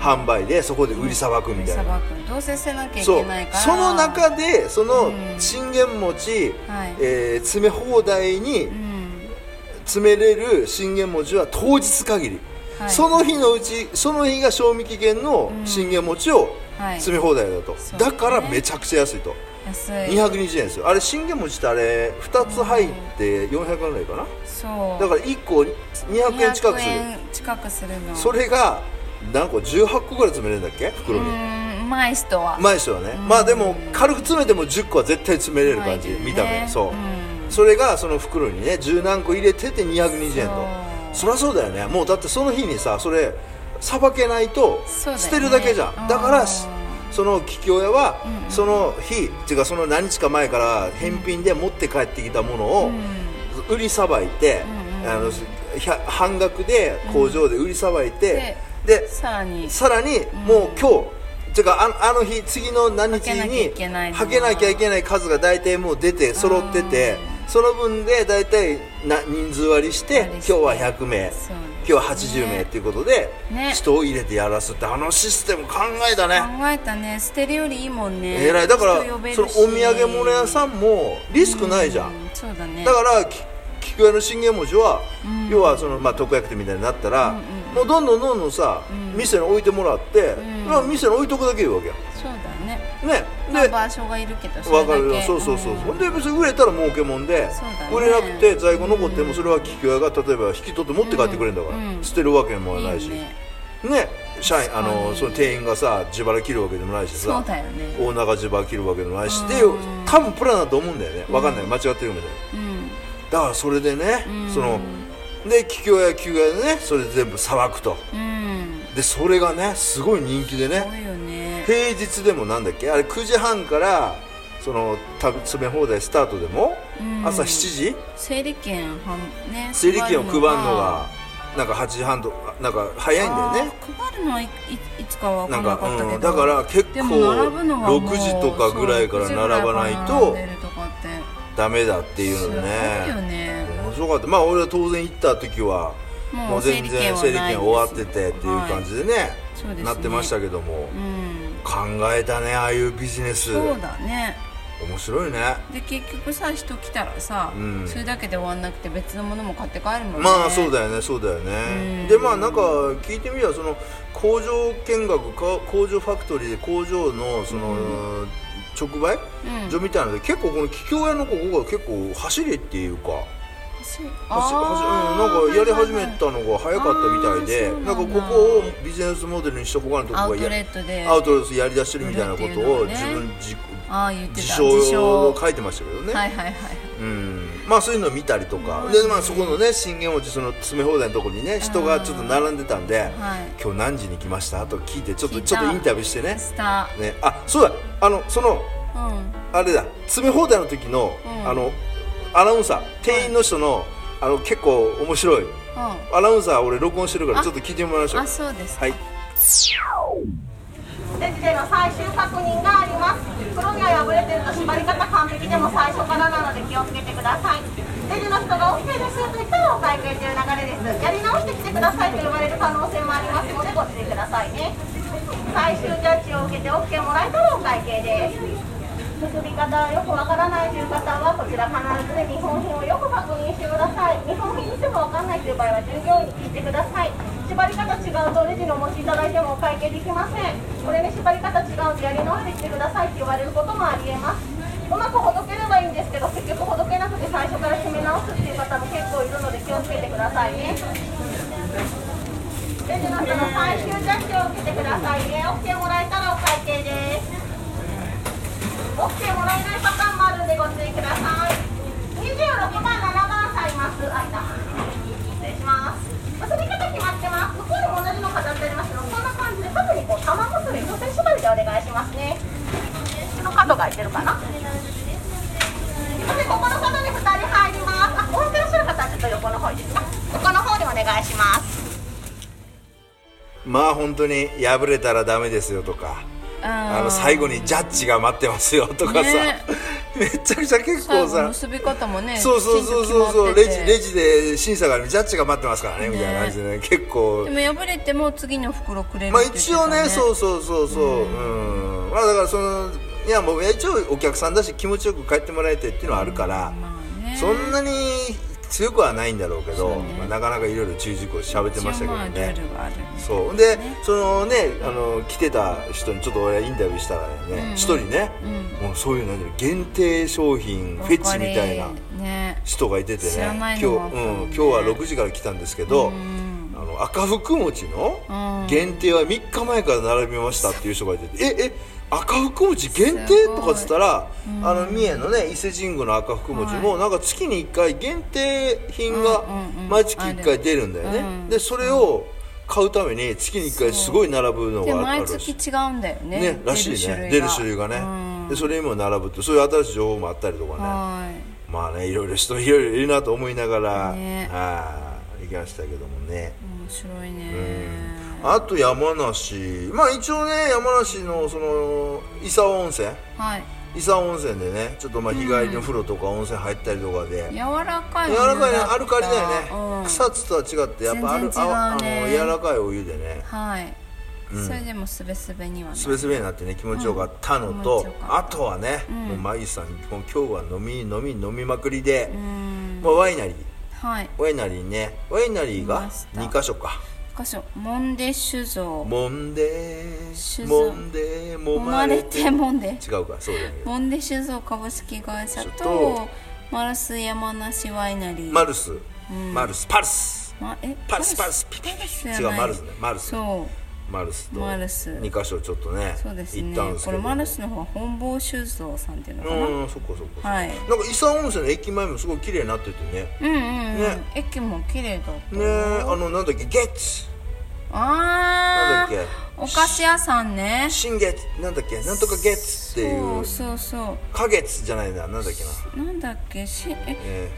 Speaker 2: 販売でそこで売りさばくみたいな、
Speaker 1: さばくどうせ捨てなきゃい
Speaker 2: そ
Speaker 1: け
Speaker 2: う
Speaker 1: ないから
Speaker 2: その中でその
Speaker 1: うん
Speaker 2: 信玄餅、
Speaker 1: はい
Speaker 2: えー詰め放題に
Speaker 1: うん
Speaker 2: 詰めれる信玄餅は当日限り、
Speaker 1: はい
Speaker 2: その日のうちその日が賞味期限の信玄餅を
Speaker 1: はい
Speaker 2: 詰め放題だと、
Speaker 1: そうです
Speaker 2: だ
Speaker 1: ね
Speaker 2: からめちゃくちゃ安いと、
Speaker 1: 安い
Speaker 2: 220円ですよあれ信玄餅ってあれ2つ入って400円ぐらいかな、
Speaker 1: そう
Speaker 2: だから1個200円近くする
Speaker 1: 200円近くするの
Speaker 2: それが何個18個ぐらい詰めれるんだっけ袋
Speaker 1: う
Speaker 2: に、
Speaker 1: んうまい人は
Speaker 2: うまい人はねまあでも軽く詰めても10個は絶対詰めれる感じ、
Speaker 1: うまいね
Speaker 2: 見た目そう、
Speaker 1: うん
Speaker 2: それがその袋にね十何個入れてて220円とそ
Speaker 1: そ
Speaker 2: りゃそうだよねもうだってその日にさそれさばけないと
Speaker 1: そうだよね
Speaker 2: 捨てるだけじゃんだ,、からし
Speaker 1: うん
Speaker 2: その桔梗屋はその日、っていうかその何日か前から返品で持って帰ってきたものを、売りさばいて、あのひゃ半額で工場で売りさばいて、で
Speaker 1: さらに
Speaker 2: さらにもう今日、てかああの日次の何日
Speaker 1: はけなきゃ
Speaker 2: に
Speaker 1: いけないの
Speaker 2: はけなきゃいけない数が大体もう出て揃っててその分で大体な人数割りして
Speaker 1: 割
Speaker 2: 今
Speaker 1: りし
Speaker 2: 日
Speaker 1: て
Speaker 2: は100名
Speaker 1: そう
Speaker 2: 今日は80名っていうことで、
Speaker 1: ね
Speaker 2: 人を入れてやらすってあのシステム考えたね
Speaker 1: 考えたね捨てるよりいいもんね
Speaker 2: えらいだから
Speaker 1: 人呼べるし
Speaker 2: そのお土産物屋さんもリスクないじゃん
Speaker 1: うそうだね
Speaker 2: だからき菊屋の信玄餅は、要はその、まあ、特約店みたいになったら、もうどんどんどんどんさ、店に置いてもらって、まあ店に置いとくだけいいわけよ
Speaker 1: そうだね
Speaker 2: ね
Speaker 1: まあ
Speaker 2: で
Speaker 1: 場所がいるけどそれ
Speaker 2: わ
Speaker 1: だ
Speaker 2: か
Speaker 1: け
Speaker 2: るよそうそうそう、
Speaker 1: ん
Speaker 2: ほんで別に売れたら儲けもんで、
Speaker 1: そうだね
Speaker 2: 売れなくて在庫残ってもそれは菊屋が例えば引き取って持って帰ってくれるんだから、
Speaker 1: うんうん
Speaker 2: 捨てるわけもないし
Speaker 1: いいね
Speaker 2: ね社員あのその店員がさ自腹切るわけでもないし
Speaker 1: そ
Speaker 2: さ
Speaker 1: うだよね
Speaker 2: 大中自腹切るわけでもないし、で多分プランだと思うんだよねわかんない間違ってるかもしれない
Speaker 1: うん
Speaker 2: だからそれでね、そので桔梗屋旧屋でねそれで全部さばくと
Speaker 1: うん
Speaker 2: でそれがねすごい人気でね
Speaker 1: 多いよね
Speaker 2: 平日でもなんだっけあれ9時半からその食べ詰め放題スタートでも、
Speaker 1: うん
Speaker 2: 朝7時
Speaker 1: 整理券はんね
Speaker 2: 整理券を配
Speaker 1: の
Speaker 2: るのがなんか8時半とかなんか早いんだよね
Speaker 1: あー配るのはい、いいつかは分
Speaker 2: なん
Speaker 1: から
Speaker 2: か
Speaker 1: なかったけど、
Speaker 2: うん、だから結
Speaker 1: で
Speaker 2: 構
Speaker 1: も並ぶのはもう
Speaker 2: 6時とかぐらいから並ばないと
Speaker 1: 並んでるとかって
Speaker 2: ダメだっていうの
Speaker 1: すごいよ
Speaker 2: ね
Speaker 1: ね
Speaker 2: 面白かったまあ俺は当然行った時は
Speaker 1: もう
Speaker 2: もう全然整
Speaker 1: 整
Speaker 2: 理
Speaker 1: 理
Speaker 2: 券
Speaker 1: 券
Speaker 2: 終わ
Speaker 1: は
Speaker 2: っ
Speaker 1: ない
Speaker 2: て
Speaker 1: です
Speaker 2: てっていう感じでね,、
Speaker 1: そうですね
Speaker 2: なってましたけども、
Speaker 1: うん
Speaker 2: 考えたねああいうビジネス
Speaker 1: そうだね
Speaker 2: 面白いね
Speaker 1: で結局さ人来たらさ、
Speaker 2: うん
Speaker 1: それだけで終わんなくて別のものも買って帰るもんね
Speaker 2: まあそう
Speaker 1: だ
Speaker 2: だよねそうだよね
Speaker 1: うん
Speaker 2: でまあなんか聞いてみればその工場見学か工場ファクトリーで工場のその、直売
Speaker 1: うん
Speaker 2: 所みたいなので結構この桔梗屋のここが結構走れっていうか
Speaker 1: 走
Speaker 2: 走
Speaker 1: あー
Speaker 2: 走うんなんかやり始めたのが早かったみたい
Speaker 1: は
Speaker 2: で
Speaker 1: いはいはいあーそうなん
Speaker 2: なん
Speaker 1: だ
Speaker 2: かここをビジネスモデルにして他のとこ
Speaker 1: アウ
Speaker 2: が
Speaker 1: ト
Speaker 2: や
Speaker 1: レットで
Speaker 2: アウトレスやりだしてるみたいなことを
Speaker 1: 売るって
Speaker 2: 自
Speaker 1: いうの
Speaker 2: 分
Speaker 1: ね
Speaker 2: 自己
Speaker 1: ああ言ってた
Speaker 2: 自
Speaker 1: 自
Speaker 2: 称
Speaker 1: 称
Speaker 2: を書いてましたけどね、
Speaker 1: はいはいはい
Speaker 2: うんまあそういうのを見たりとか、でまあそこのね信玄餅その詰め放題のところにね人がちょっと並んでたんで、
Speaker 1: はい
Speaker 2: 今日何時に来ましたと聞いてちょっと
Speaker 1: 聞いた
Speaker 2: ちょっとインタビューしてね
Speaker 1: スタ
Speaker 2: ねあそうだあのその
Speaker 1: ーうん
Speaker 2: あれだ詰め放題の時の、
Speaker 1: うん
Speaker 2: あのアナウンサー店員の人の、あの結構面白いアナウンサー俺録音してるからちょっと聞いてもらいまし
Speaker 1: うん
Speaker 2: ょう
Speaker 1: あそうです
Speaker 2: はい
Speaker 4: レジでの最終確認があります袋には破れてると縛り方完璧でも最初からなので気をつけてくださいレジの人が起きてるすと言ったらお会計という流れですやり直してきてくださいと言われる可能性もありますのでご注意くださいね最終ジャッジを受けて OK もらえたらお会計です作り方よくわからないという方はこちら必ず日本品をよく確認してください日本品にしてもわかんないという場合は従業員に聞いてください縛り方違うとレジにお持ちいただいてもお会計できませんこれに縛り方違うんでやり直してきてくださいって言われることもありえますうまくほどければいいんですけど結局ほどけなくて最初から決め直すっていう方も結構いるので気をつけてくださいねレジの人の最終ジャッジを受けてくださいね OK もらえたらお会計ですオッケーもらえないパターンもあるんでご注意ください。26番、7番さんいます。あいた。失礼します。結び方決まってます。向こうにも同じの飾ってありますけど、こんな感じで特にこう玉結び、女性縛りでお願いしますね。この角が空いてるかな。でここの角に2人入ります。あ、置いてらっしゃる方はちょっと横の方いいですか。横の方でお願いします。
Speaker 2: まあ本当に破れたらダメですよとか
Speaker 1: あ
Speaker 2: あの最後にジャッジが待ってますよとかさ、
Speaker 1: ね
Speaker 2: めちゃくちゃ結
Speaker 1: 最
Speaker 2: 構
Speaker 1: 後
Speaker 2: さ
Speaker 1: 結び方もね
Speaker 2: そうそうそうそうそう
Speaker 1: き
Speaker 2: レ
Speaker 1: ちんと決まって
Speaker 2: ジ
Speaker 1: て
Speaker 2: レジで審査があるジャッジが待ってますから
Speaker 1: ね
Speaker 2: ねみたいな感じでね結構
Speaker 1: でも破れても次の袋くれる
Speaker 2: まあ一応ねそううそうそうそううんまあだからそのいやもう一応お客さんだし気持ちよく帰ってもらえてっていうのはあるから
Speaker 1: まあね
Speaker 2: そんなに強くはないんだろうけど
Speaker 1: そうね
Speaker 2: まあなかなかいろいろ注意事項喋ってましたけ
Speaker 1: 一応
Speaker 2: ど
Speaker 1: まあル
Speaker 2: ね
Speaker 1: ールがある
Speaker 2: そうでそのねあの来てた人にちょっと俺インタビューしたらね一人ねもうそういうなんだろう限定商品フェチみたいな
Speaker 1: わかりね
Speaker 2: 人がいてて
Speaker 1: 知
Speaker 2: ね
Speaker 1: ら
Speaker 2: 今
Speaker 1: ない
Speaker 2: 日、
Speaker 1: の
Speaker 2: うん
Speaker 1: もあったもんね、
Speaker 2: 今日は6時から来たんですけど、
Speaker 1: ん
Speaker 2: あの赤福餅の
Speaker 1: うん
Speaker 2: 限定は3日前から並びましたっていう人がいてて、ええ赤福餅限定
Speaker 1: すごい
Speaker 2: とかっつったら、あの三重のね伊勢神宮の赤福餅も、なんか月に1回限定品が
Speaker 1: うんうんうん
Speaker 2: 毎月1回出るんだよね、
Speaker 1: あるうん
Speaker 2: でそれを買うために月に1回すごい並ぶの
Speaker 1: で
Speaker 2: があ
Speaker 1: 毎
Speaker 2: るらしい
Speaker 1: 月違うんだよね
Speaker 2: ね、らしいね出る種類がね、
Speaker 1: うん
Speaker 2: でそれにも並ぶってそういう新しい情報もあったりとかね、
Speaker 1: は
Speaker 2: まあねいろいろ人いろいろいるなと思いながら、
Speaker 1: ね
Speaker 2: はい行きましたけどもね
Speaker 1: い面白いね
Speaker 2: あと山梨まあ一応ね山梨のその伊佐温泉
Speaker 1: はい
Speaker 2: 伊佐温泉でねちょっとまあ日帰りの風呂とか温泉入ったりとかで、
Speaker 1: 柔らかい
Speaker 2: 柔
Speaker 1: ものだ
Speaker 2: ら
Speaker 1: っ
Speaker 2: か
Speaker 1: た
Speaker 2: いねアルカリだよね、
Speaker 1: うん
Speaker 2: 草津とは違ってやっぱアル、
Speaker 1: 全然違うね
Speaker 2: ああの柔らかいお湯でね
Speaker 1: はい、それでもすべすべにはね
Speaker 2: すべすべになってね気持ちよかったのと、
Speaker 1: うん気持ちよか
Speaker 2: あとはね、もうマギさんもう今日は飲み飲み飲みまくりで、
Speaker 1: うん
Speaker 2: もうワイナリー
Speaker 1: はい
Speaker 2: ワイナリーねワイナリー
Speaker 1: い
Speaker 2: が
Speaker 1: ました
Speaker 2: 2箇所か
Speaker 1: 箇所モンデ酒造
Speaker 2: もんで
Speaker 1: 酒造
Speaker 2: もんでも
Speaker 1: 揉ま
Speaker 2: まれ
Speaker 1: れ
Speaker 2: て
Speaker 1: てもんで
Speaker 2: 違うかそうだよね
Speaker 1: モンデ酒造株式会社
Speaker 2: ちょっと
Speaker 1: とマルス山梨ワイナリー
Speaker 2: マルス、マルスパルス
Speaker 1: まえ
Speaker 2: パルスパルスピピピ
Speaker 1: じゃ
Speaker 2: 違
Speaker 1: ないう
Speaker 2: マルスねマルス
Speaker 1: そう
Speaker 2: マルスと
Speaker 1: マルス
Speaker 2: 2箇所ちょっとね
Speaker 1: そうですね
Speaker 2: 行ったんです
Speaker 1: こ
Speaker 2: け
Speaker 1: れ
Speaker 2: ど
Speaker 1: マルスの方は本坊酒造さんっていうの
Speaker 2: う
Speaker 1: かな
Speaker 2: ーんそっかそっか、
Speaker 1: はい
Speaker 2: なんか伊佐温泉の駅前もすごい綺麗になっててね
Speaker 1: うんうん、うん
Speaker 2: ね
Speaker 1: 駅も綺麗だった
Speaker 2: ねえあのなんだっけゲッツな
Speaker 1: あ
Speaker 2: んだっ
Speaker 1: ー
Speaker 2: け
Speaker 1: お菓子屋さんね
Speaker 2: 新月なんだっけなんとかゲッツっていう
Speaker 1: そうそう
Speaker 2: 花月じゃないななんだっけな
Speaker 1: そうなんだっけしえ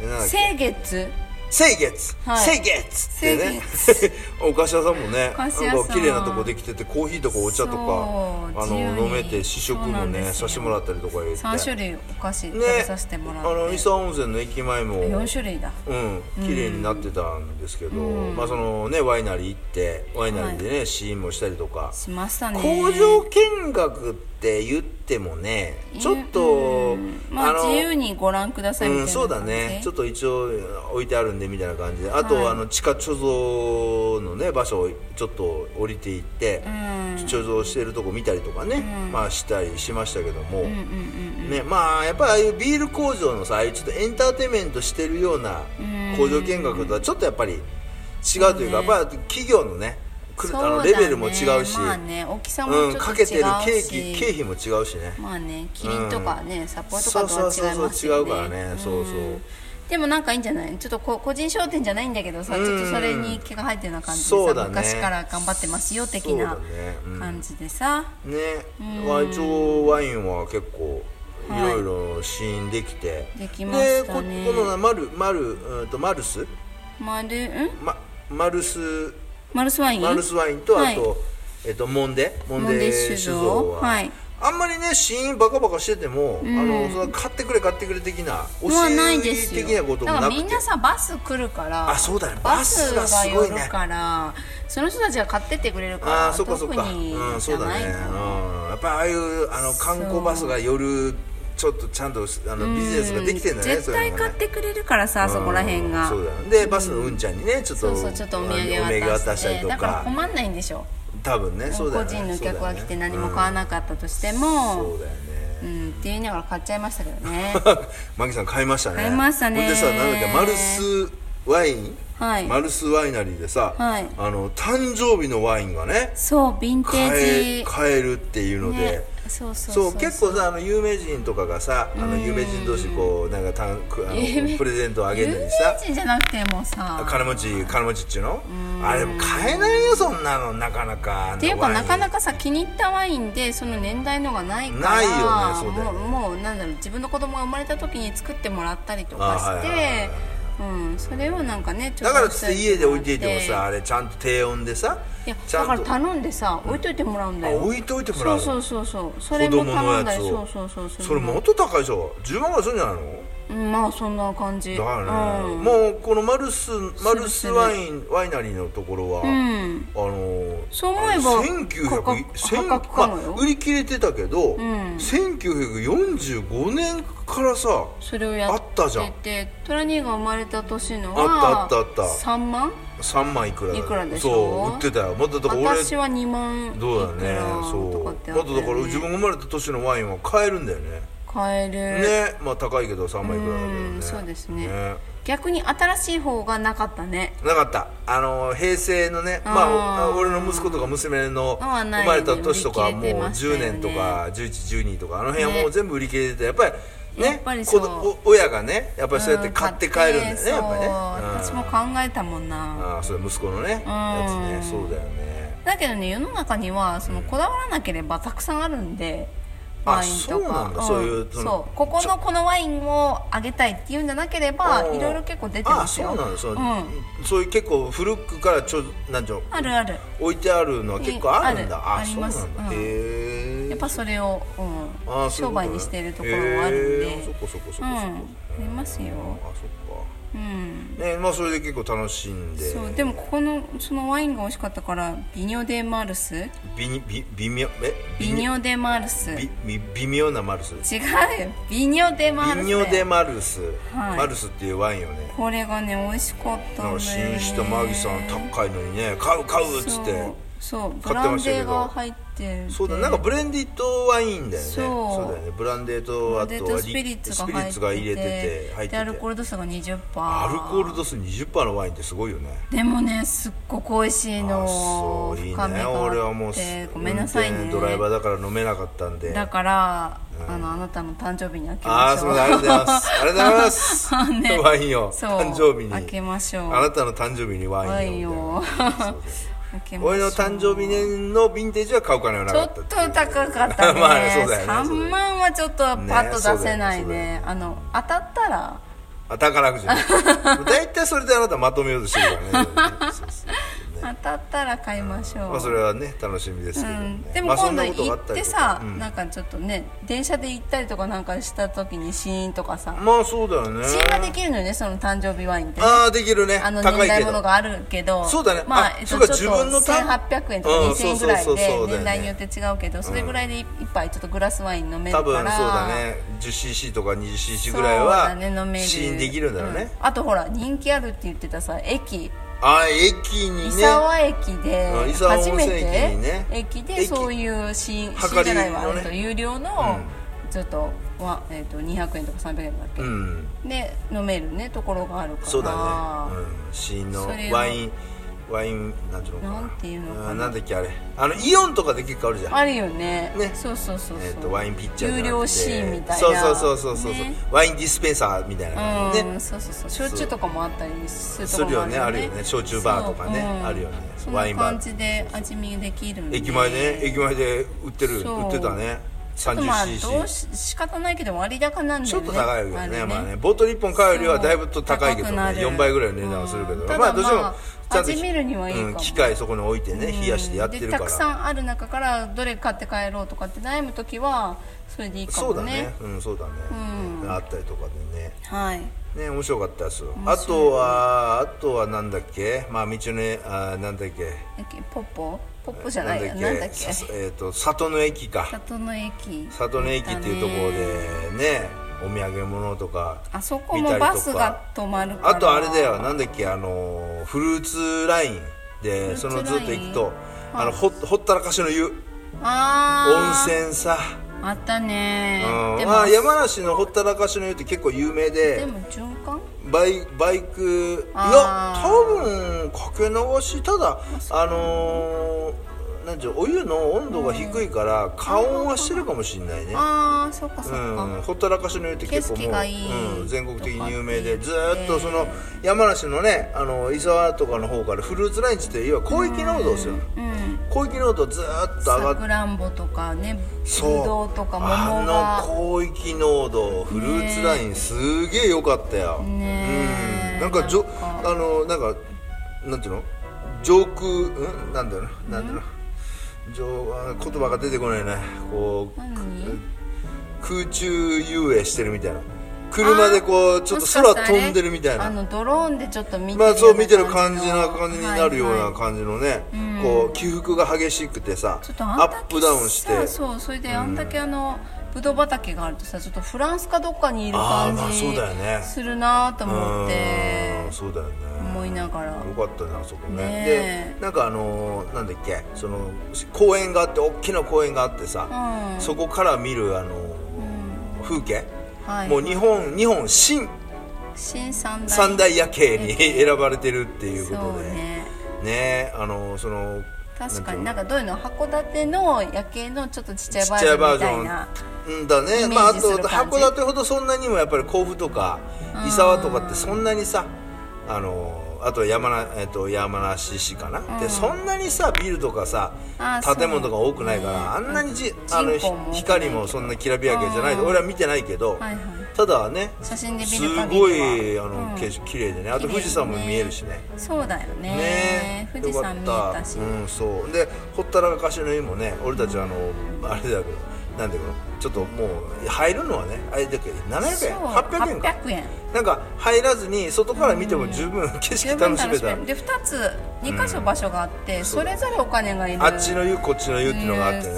Speaker 2: えー、なんだっけ
Speaker 1: 清月
Speaker 2: 清月、
Speaker 1: はい
Speaker 2: 清月ってね お菓子屋さんもね
Speaker 1: お菓
Speaker 2: なん
Speaker 1: 子屋さん
Speaker 2: か綺麗なとこできててコーヒーとかお茶とか
Speaker 1: そう
Speaker 2: あ
Speaker 1: 自由
Speaker 2: の
Speaker 1: に
Speaker 2: 飲めて試食
Speaker 1: そう
Speaker 2: も
Speaker 1: なんで
Speaker 2: ね
Speaker 1: すよ
Speaker 2: させてもらったりとか言って
Speaker 1: 三種類お菓子食べさせてもらっ
Speaker 2: ね、あの
Speaker 1: て、
Speaker 2: 伊佐温泉の駅前も
Speaker 1: 四種類だ
Speaker 2: うん綺麗になってたんですけど、まあそのねワイナリー行ってワイナリーでね、試飲もしたりとか
Speaker 1: しましたね
Speaker 2: 工場見学って言ってもねちょっ
Speaker 1: う
Speaker 2: と、
Speaker 1: んまあ
Speaker 2: の
Speaker 1: 自由にご覧くださいみたい
Speaker 2: うん、
Speaker 1: な
Speaker 2: そうだねちょっ
Speaker 1: っ
Speaker 2: と一応置いてあるんでみたいな感じであと、
Speaker 1: はい
Speaker 2: あの地下貯蔵のね場所をちょっと降りていって、貯蔵してるとこ見たりとかね、まあしたりしましたけども、ねまあやっぱりああいうビール工場のさああいうちょっとエンターテインメントしてるような工場見学とはちょっとやっぱり違うというか、やっぱ企業のねくるあのレベルも違うし、
Speaker 1: まあね大きさもちょっ
Speaker 2: う
Speaker 1: と
Speaker 2: ん、
Speaker 1: 違うし、
Speaker 2: かけてる経費経費も違うしね。
Speaker 1: まあねキリンとかね、札幌と
Speaker 2: そ
Speaker 1: か
Speaker 2: う
Speaker 1: と
Speaker 2: そ
Speaker 1: は
Speaker 2: うそ
Speaker 1: 違
Speaker 2: う
Speaker 1: い
Speaker 2: そう
Speaker 1: ますよ
Speaker 2: 違
Speaker 1: ね
Speaker 2: うからね、そうそう
Speaker 1: でもなんかいいんじゃないちょっとこ個人商店じゃないんだけどさ、
Speaker 2: うん
Speaker 1: ちょっとそれに毛が入ってるような感じでさ
Speaker 2: そうだね
Speaker 1: 昔から頑張ってますよ的
Speaker 2: そうだ
Speaker 1: な
Speaker 2: ねうん
Speaker 1: 感じでさ、
Speaker 2: ね、まあ一応ワインは結構い
Speaker 1: はい
Speaker 2: ろいろ試飲できて、
Speaker 1: できましたね
Speaker 2: でここのなマルマルうんとマルス、
Speaker 1: マルん
Speaker 2: ま、マルス
Speaker 1: マルスワイン
Speaker 2: マルスワインと、
Speaker 1: はい
Speaker 2: あとえっとモンデモン
Speaker 1: モン
Speaker 2: デ
Speaker 1: デ
Speaker 2: 酒
Speaker 1: 酒造
Speaker 2: 造は、
Speaker 1: はい
Speaker 2: あんまりね試飲バカバカしてても、あのその買ってくれ買ってくれ的な教
Speaker 1: はな
Speaker 2: え
Speaker 1: いですよ
Speaker 2: 的なことも
Speaker 1: だから
Speaker 2: なく
Speaker 1: みん
Speaker 2: て
Speaker 1: なさバス来るから
Speaker 2: あそうだね
Speaker 1: バ
Speaker 2: バス
Speaker 1: ス
Speaker 2: が
Speaker 1: が
Speaker 2: すごい
Speaker 1: 寄
Speaker 2: ね
Speaker 1: るからその人たちが買ってってくれるか
Speaker 2: あ
Speaker 1: ら
Speaker 2: あーそっかそっか
Speaker 1: 特に
Speaker 2: うん
Speaker 1: じ
Speaker 2: そ
Speaker 1: ゃ
Speaker 2: うだ
Speaker 1: な
Speaker 2: ね
Speaker 1: いかな、
Speaker 2: うんやっぱりああいうあの観光バスが夜ちょっとちゃんとあのビジネスができてんだね
Speaker 1: 絶対買っ
Speaker 2: そういうのがね
Speaker 1: てくれるからさ、そこら辺が
Speaker 2: そうだねでバスのうんちゃんにねちょっと
Speaker 1: そうそうちょっとお土産
Speaker 2: お土産
Speaker 1: 渡して
Speaker 2: 渡したりと
Speaker 1: だから
Speaker 2: か
Speaker 1: 困んないんでしょ
Speaker 2: 多分ねそうだよ
Speaker 1: 個
Speaker 2: ね
Speaker 1: 人の客が来て何も買
Speaker 2: わ
Speaker 1: わなかったとして
Speaker 2: な
Speaker 1: も、
Speaker 2: そうだよね
Speaker 1: うんって言いながら買っちゃいましたけどね
Speaker 2: マギさん買いましたね
Speaker 1: 買いましたね
Speaker 2: ほんでさなんだっけマルスワイン、
Speaker 1: はい
Speaker 2: マルスワイナリーでさ、
Speaker 1: はい
Speaker 2: あの誕生日のワインがね
Speaker 1: そうヴィンテ
Speaker 2: 買え
Speaker 1: ージ
Speaker 2: 買えるっていうので、
Speaker 1: ねそうそう
Speaker 2: そ
Speaker 1: そう
Speaker 2: う結構さあの有名人とかがさあの有名人同士こうなんかたんくあ
Speaker 1: 有
Speaker 2: の
Speaker 1: 名
Speaker 2: プレゼントをあげ
Speaker 1: 有
Speaker 2: るの
Speaker 1: 名
Speaker 2: にさ
Speaker 1: 人じゃなくてもさ
Speaker 2: 金持ち金持ちっちゅうのあれも買えないよそんなのなかなかっ
Speaker 1: っていうかなかな
Speaker 2: か
Speaker 1: かさ気に入ったワインでその年代のがないから
Speaker 2: ないよねそうだよね
Speaker 1: もうもうなんだろう自分の子供が生まれた時に作ってもらったりとか
Speaker 2: あはい
Speaker 1: し
Speaker 2: はいはいはい
Speaker 1: て、うん、それをなんかねちょ
Speaker 2: だ
Speaker 1: っ
Speaker 2: から
Speaker 1: と
Speaker 2: つって家で置いていてもさあれちゃんと低温でさ
Speaker 1: いや
Speaker 2: ちゃ
Speaker 1: だか
Speaker 2: ん
Speaker 1: ら
Speaker 2: と
Speaker 1: 頼んでさ置いといてもらうんだ
Speaker 2: あ
Speaker 1: よ
Speaker 2: 置いといてもらう
Speaker 1: そう
Speaker 2: の
Speaker 1: そうそうそうそ
Speaker 2: 子
Speaker 1: れも
Speaker 2: 供の
Speaker 1: 頼んだ
Speaker 2: や
Speaker 1: り
Speaker 2: つ
Speaker 1: そ
Speaker 2: を
Speaker 1: うそうそうそう
Speaker 2: それもっと高いでしょ10万ぐらいするんじゃないの
Speaker 1: うんまあそんな感じ
Speaker 2: だからね
Speaker 1: うん
Speaker 2: もうこのマルスマルスワインワイナリーのところは
Speaker 1: うん
Speaker 2: あの
Speaker 1: そう思えば価格価
Speaker 2: 1900
Speaker 1: 格かもよ
Speaker 2: まあ売り切れてたけど、
Speaker 1: ん
Speaker 2: 1945年からさ
Speaker 1: それをや
Speaker 2: あったじゃん
Speaker 1: っててトラ兄が生まれた年の
Speaker 2: あっ
Speaker 1: は
Speaker 2: たあったあった
Speaker 1: 3万
Speaker 2: 3万いくらだ
Speaker 1: いくらでし
Speaker 2: そ
Speaker 1: ょ
Speaker 2: う売ってたよまだだから俺
Speaker 1: 私は2万
Speaker 2: どうだ
Speaker 1: い
Speaker 2: ね
Speaker 1: くら
Speaker 2: そう
Speaker 1: とか
Speaker 2: ま
Speaker 1: って
Speaker 2: だ
Speaker 1: あった
Speaker 2: だ
Speaker 1: よ
Speaker 2: から自分が生まれた年のワインは買えるんだよね、
Speaker 1: 買える、
Speaker 2: ねまあ高いけど3万いくらだけど
Speaker 1: う
Speaker 2: ね
Speaker 1: んそうですね逆に新しい方がなかったね
Speaker 2: なかったあの平成のねまあ
Speaker 1: あー
Speaker 2: お俺の息子とか娘の
Speaker 1: あー
Speaker 2: 生
Speaker 1: ない
Speaker 2: まれた年とかはもう
Speaker 1: 売り切れてましたよ
Speaker 2: 10
Speaker 1: ね
Speaker 2: 年とか1112とかあの辺はもう全部売り切れててやっぱり
Speaker 1: や
Speaker 2: ね
Speaker 1: っぱり
Speaker 2: 子
Speaker 1: そう
Speaker 2: 供お親がねやっぱりそうやって買って帰るんだよね
Speaker 1: そう
Speaker 2: やっぱりねうん
Speaker 1: 私も考えたもんな
Speaker 2: ああそれ息子のねやつねそうだよね
Speaker 1: だけどね世の中にはそのこだわらなければたくさんあるんで
Speaker 2: あ
Speaker 1: ワインとか
Speaker 2: そうなんだそういうそ
Speaker 1: そ
Speaker 2: の
Speaker 1: うここのこのワインをあげたいっていうんじゃなければ
Speaker 2: うん
Speaker 1: いろいろ結構出てますよ
Speaker 2: ああそうなんだそう,、
Speaker 1: ん
Speaker 2: そういう結構古くからちょなんていうの
Speaker 1: あるある
Speaker 2: 置いてあるのは結構あるんだ
Speaker 1: ある
Speaker 2: あ
Speaker 1: あり
Speaker 2: そう
Speaker 1: ます
Speaker 2: なんだ、
Speaker 1: うん
Speaker 2: へえ
Speaker 1: やっぱそれを、う
Speaker 2: あー
Speaker 1: ん、
Speaker 2: そ
Speaker 1: 商
Speaker 2: ういうことね
Speaker 1: 売にしているところもあるん
Speaker 2: へー
Speaker 1: で
Speaker 2: そっかそっかそっかそっ
Speaker 1: うん
Speaker 2: か、
Speaker 1: ありますよ
Speaker 2: あそっか
Speaker 1: うん
Speaker 2: ねまあそれで結構楽しんで
Speaker 1: そうでもここのそのワインが美味しかったからビニョデマルス
Speaker 2: 微に微微妙え
Speaker 1: ビニョデマルス違
Speaker 2: 微微微妙なマルス
Speaker 1: うよビニョデマル
Speaker 2: 微
Speaker 1: ス
Speaker 2: 妙でマルス、
Speaker 1: はい
Speaker 2: マルスっていうワインをね
Speaker 1: これがね美味しかった
Speaker 2: なん
Speaker 1: ん
Speaker 2: か
Speaker 1: だよね
Speaker 2: 紳士とマギさん高いのにね買う買うっつって
Speaker 1: そうそうブ
Speaker 2: 買って
Speaker 1: ラ
Speaker 2: ま
Speaker 1: ン
Speaker 2: したけ
Speaker 1: デ
Speaker 2: ど
Speaker 1: ーが入ってるんで
Speaker 2: そうだなんかブレンディとワインだよね
Speaker 1: そう
Speaker 2: だよねブランデーとあ
Speaker 1: ブレ
Speaker 2: と
Speaker 1: ンデー
Speaker 2: は
Speaker 1: と
Speaker 2: リ
Speaker 1: スピリッツ
Speaker 2: ス
Speaker 1: が
Speaker 2: ピリ
Speaker 1: 入っ
Speaker 2: ッ
Speaker 1: て
Speaker 2: ツ
Speaker 1: て
Speaker 2: が入れてて入ってて
Speaker 1: でアルコール度数が20%
Speaker 2: ア
Speaker 1: ア
Speaker 2: ルコール度数20%のワインってすごいよね
Speaker 1: でもねすっごく美味しい
Speaker 2: あ
Speaker 1: の
Speaker 2: そういいね
Speaker 1: 深みがあって
Speaker 2: 俺はもう
Speaker 1: ごめんなさい
Speaker 2: 運
Speaker 1: ね
Speaker 2: 転ドライバーだから飲めなかったんで
Speaker 1: だから、あのあなたの誕生日に開けましょう
Speaker 2: ああすみませんありがとうございますありがとうございま す
Speaker 1: ね
Speaker 2: ワイン を
Speaker 1: そう
Speaker 2: 誕生日に
Speaker 1: 開けましょう
Speaker 2: あなたの誕生日にワ
Speaker 1: ワ
Speaker 2: イ
Speaker 1: イ
Speaker 2: ン
Speaker 1: ン
Speaker 2: を
Speaker 1: を
Speaker 2: みたいな そうそう
Speaker 1: 開けましょう
Speaker 2: 俺の誕生日年のヴィンテージは買うお金はな
Speaker 1: ちょ
Speaker 2: か
Speaker 1: っと
Speaker 2: ったっていう
Speaker 1: 高かったね
Speaker 2: まあねそうだよ ね
Speaker 1: 3万はちょっとパッと出せないね
Speaker 2: ね
Speaker 1: あの当たったら
Speaker 2: あ宝くじね大体それであなたまとめようとしてるからねそうそうね
Speaker 1: 当たったら買いましょう、
Speaker 2: まあそれはね楽しみですけど
Speaker 1: う
Speaker 2: ね
Speaker 1: ん、で
Speaker 2: ま
Speaker 1: も
Speaker 2: あそ
Speaker 1: 今
Speaker 2: ん
Speaker 1: 度
Speaker 2: なことが
Speaker 1: 行
Speaker 2: あ
Speaker 1: った
Speaker 2: り
Speaker 1: て
Speaker 2: とか
Speaker 1: さ、
Speaker 2: うん
Speaker 1: なんかちょっとね電車で行ったりとかなんかした時にシーンとかさ
Speaker 2: まあそうだよね
Speaker 1: シーンができるのよねその誕生日ワインってね
Speaker 2: ああできるね
Speaker 1: あの
Speaker 2: 高
Speaker 1: 年
Speaker 2: いけ
Speaker 1: 代もの
Speaker 2: ど
Speaker 1: があるけど
Speaker 2: そうだね
Speaker 1: ま
Speaker 2: あ
Speaker 1: あ、えっと、
Speaker 2: そうか
Speaker 1: ちょっ
Speaker 2: 自
Speaker 1: と
Speaker 2: 分のた
Speaker 1: 1800円とか
Speaker 2: うん
Speaker 1: 2000円ぐら
Speaker 2: そう
Speaker 1: い
Speaker 2: そうそうそ
Speaker 1: で
Speaker 2: うだよね
Speaker 1: 年代によって違うけどそれぐらいで一杯ちょっとグラスワイン飲めるか
Speaker 2: 多
Speaker 1: ら
Speaker 2: 分そうだね 10cc とか 20cc
Speaker 1: そ
Speaker 2: ぐ
Speaker 1: う
Speaker 2: らい
Speaker 1: だ
Speaker 2: は
Speaker 1: ね飲める
Speaker 2: 試飲できるんだろうね
Speaker 1: うんあとほら人気あるって言ってたさ駅
Speaker 2: ああ駅にね
Speaker 1: 伊沢駅で
Speaker 2: うん伊沢温
Speaker 1: 初
Speaker 2: 泉
Speaker 1: め
Speaker 2: 駅にね
Speaker 1: て駅でそういうシーン
Speaker 2: は
Speaker 1: シー
Speaker 2: か
Speaker 1: ン
Speaker 2: り
Speaker 1: じゃない
Speaker 2: の
Speaker 1: わ
Speaker 2: ね
Speaker 1: えっと有料の
Speaker 2: うん
Speaker 1: ちょっとわえっと200円とか300円だっけ
Speaker 2: うん
Speaker 1: で飲めるねところがあるから
Speaker 2: そうだね、うん、試飲の
Speaker 1: それを
Speaker 2: ワインワインなんていうのかな
Speaker 1: なんていうのかなん
Speaker 2: だっけあれあのイオンとかで結構あるじゃん
Speaker 1: あるよね
Speaker 2: ね
Speaker 1: そうそうそうそう、
Speaker 2: えっとワインピッチャーじゃなく
Speaker 1: 有
Speaker 2: て
Speaker 1: 料シーンみたいな
Speaker 2: そうそうそうそうそう、
Speaker 1: ね
Speaker 2: ワインディスペンサーみたいな感じ
Speaker 1: う
Speaker 2: ね
Speaker 1: ん、そうそうそう焼酎とかもあったりすると
Speaker 2: す
Speaker 1: こ
Speaker 2: る
Speaker 1: ろも
Speaker 2: よねあるよね焼酎バーとか
Speaker 1: そう
Speaker 2: ね、
Speaker 1: うん
Speaker 2: あるよね
Speaker 1: そん
Speaker 2: ワイ
Speaker 1: な
Speaker 2: ンバ
Speaker 1: 感
Speaker 2: ー
Speaker 1: じで味見できるんで
Speaker 2: 駅前ね駅前で売ってる
Speaker 1: そう
Speaker 2: 売ってたね
Speaker 1: ちょっとまあどう
Speaker 2: 30cc
Speaker 1: し仕方ないけど割高なんだ
Speaker 2: ち
Speaker 1: よ
Speaker 2: ょっ
Speaker 1: ね
Speaker 2: と高いけどね
Speaker 1: あれ
Speaker 2: まあねボトル1本買うよりはだいぶと高いけど
Speaker 1: そ
Speaker 2: ね
Speaker 1: う高くなる
Speaker 2: 4倍ぐらいの値段はするけど、
Speaker 1: うんただ
Speaker 2: まあどうしても
Speaker 1: まあ
Speaker 2: ちゃんと
Speaker 1: 味見るにはいいかも
Speaker 2: うん機械そこに置いてね冷やしてやってるか
Speaker 1: でた
Speaker 2: ら
Speaker 1: くさんある中からどれ買って帰ろうとかって悩む時はそれでいいか
Speaker 2: そう
Speaker 1: も
Speaker 2: だ
Speaker 1: ね
Speaker 2: ねうんそうだね、
Speaker 1: うん
Speaker 2: あったりとかでね
Speaker 1: はい
Speaker 2: ね面白かったですよあとはあとはなんだっけまあ道のねあーなんだ
Speaker 1: だっ
Speaker 2: っけ
Speaker 1: けポッポポッポじゃないやなんだっけ
Speaker 2: さえっ、と里の駅か
Speaker 1: 里の駅
Speaker 2: 里の駅っていうところでねお土産物とか
Speaker 1: あそこもバスが止まるから
Speaker 2: あとあれだよなんだっけあのフルーツラインでそ
Speaker 1: フル
Speaker 2: の
Speaker 1: ーツ
Speaker 2: ず
Speaker 1: ライン
Speaker 2: っと行くとあのほほったらかしの湯温
Speaker 1: あー
Speaker 2: 泉さ
Speaker 1: あったね
Speaker 2: うん
Speaker 1: でも、
Speaker 2: まあ、山梨のほったらかしの湯って結構有名
Speaker 1: で
Speaker 2: で
Speaker 1: も循環
Speaker 2: バイバイクいや
Speaker 1: あ
Speaker 2: 多分かけ流しただあのー、なんていうのお湯の温度が低いから加温はしてるかもしれないね
Speaker 1: ああそっかそっか、
Speaker 2: うん、ほったらかしの湯って結
Speaker 1: 景
Speaker 2: 構も
Speaker 1: 色
Speaker 2: う
Speaker 1: がいい
Speaker 2: うん、全国的に有名で
Speaker 1: と
Speaker 2: ず
Speaker 1: かって
Speaker 2: ーっとその山梨のねあの伊沢とかの方からフルーツラインっつって要は広域農道ですよ、
Speaker 1: うん
Speaker 2: 広域農道ずーっと上が
Speaker 1: さ
Speaker 2: っ
Speaker 1: く
Speaker 2: て
Speaker 1: らんぼとかねぶ
Speaker 2: そう
Speaker 1: どうとか桃
Speaker 2: あ
Speaker 1: が
Speaker 2: の広域濃度フルーツラインすげえ良かったよ、
Speaker 1: ねえ
Speaker 2: うんなんかじょ
Speaker 1: なん
Speaker 2: あのなんかなんていうの上空うんなんだよななんだよな上あ言葉が出てこないねこう
Speaker 1: 何
Speaker 2: 空中遊泳してるみたいな車でこうちょっと空飛んでるみたいな
Speaker 1: あのドローンでちょっと見てる
Speaker 2: まあ
Speaker 1: よ
Speaker 2: そう見てる
Speaker 1: うな
Speaker 2: 感じな感じになるよう
Speaker 1: は
Speaker 2: ない
Speaker 1: は
Speaker 2: 感じのね、
Speaker 1: うん
Speaker 2: こう起伏が激しくてさ
Speaker 1: いちょっとあん
Speaker 2: ア
Speaker 1: だけ
Speaker 2: ップダウンして
Speaker 1: さそうそれであんだけあの、ぶどう畑があるとさちょっとフランスかどっかにいる
Speaker 2: あ
Speaker 1: 感
Speaker 2: ーまあ
Speaker 1: じ
Speaker 2: そうだよね
Speaker 1: するなと思っ
Speaker 2: う
Speaker 1: て
Speaker 2: んそうだよね
Speaker 1: 思いながら
Speaker 2: よかったねあそこね
Speaker 1: ねえ
Speaker 2: でなんかあのーなんだっけその公園があって大きな公園があってさ、
Speaker 1: うん
Speaker 2: そこから見るあのー風景、
Speaker 1: はい
Speaker 2: もう日本日本新
Speaker 1: 新三大
Speaker 2: 三大夜景に
Speaker 1: 夜景
Speaker 2: 選ばれてるっていうこ
Speaker 1: そ
Speaker 2: と
Speaker 1: う
Speaker 2: で
Speaker 1: ね
Speaker 2: ねあのその
Speaker 1: 確かになん
Speaker 2: か
Speaker 1: かどういうの函館の夜景のちょっとちっちゃい
Speaker 2: ちっ
Speaker 1: バージ
Speaker 2: ちゃ
Speaker 1: ョ
Speaker 2: い
Speaker 1: ン
Speaker 2: バ
Speaker 1: み
Speaker 2: ー
Speaker 1: た
Speaker 2: ジョ
Speaker 1: い
Speaker 2: ン
Speaker 1: な
Speaker 2: うんだね
Speaker 1: イメ
Speaker 2: まああ
Speaker 1: ージす
Speaker 2: と
Speaker 1: る感じ
Speaker 2: 函館ほどそんなにもやっぱり甲府とか伊沢とかってそんなにさあのあと山な、えっと山梨市かな、でそんなにさビルとかさ
Speaker 1: あー
Speaker 2: 建物が多くないからあんなにじ、あの
Speaker 1: 人口も多くない
Speaker 2: 光もそんなきらびやかじゃない
Speaker 1: うん
Speaker 2: 俺は見てないけど、
Speaker 1: はいはい
Speaker 2: ただね
Speaker 1: 写真で見
Speaker 2: す
Speaker 1: る限り
Speaker 2: ご
Speaker 1: はい
Speaker 2: あの、
Speaker 1: うん
Speaker 2: 景色綺麗でねあと
Speaker 1: 綺麗
Speaker 2: 富士山も
Speaker 1: ね
Speaker 2: 見えるしね
Speaker 1: そうだよね
Speaker 2: ね
Speaker 1: 富士山見えたし
Speaker 2: よかったうんそうでほったらかしの湯もね俺たちはあの、あれだけどなんていうのちょっともう入るのはねあれだけ700円
Speaker 1: そう
Speaker 2: 800円か
Speaker 1: 800円
Speaker 2: なんか入らずに外から見ても十分景色楽しめた、
Speaker 1: で2つ2箇所場所があって、それぞれお金がいる
Speaker 2: あっちの湯こっちの湯っていうのがあってね、
Speaker 1: うん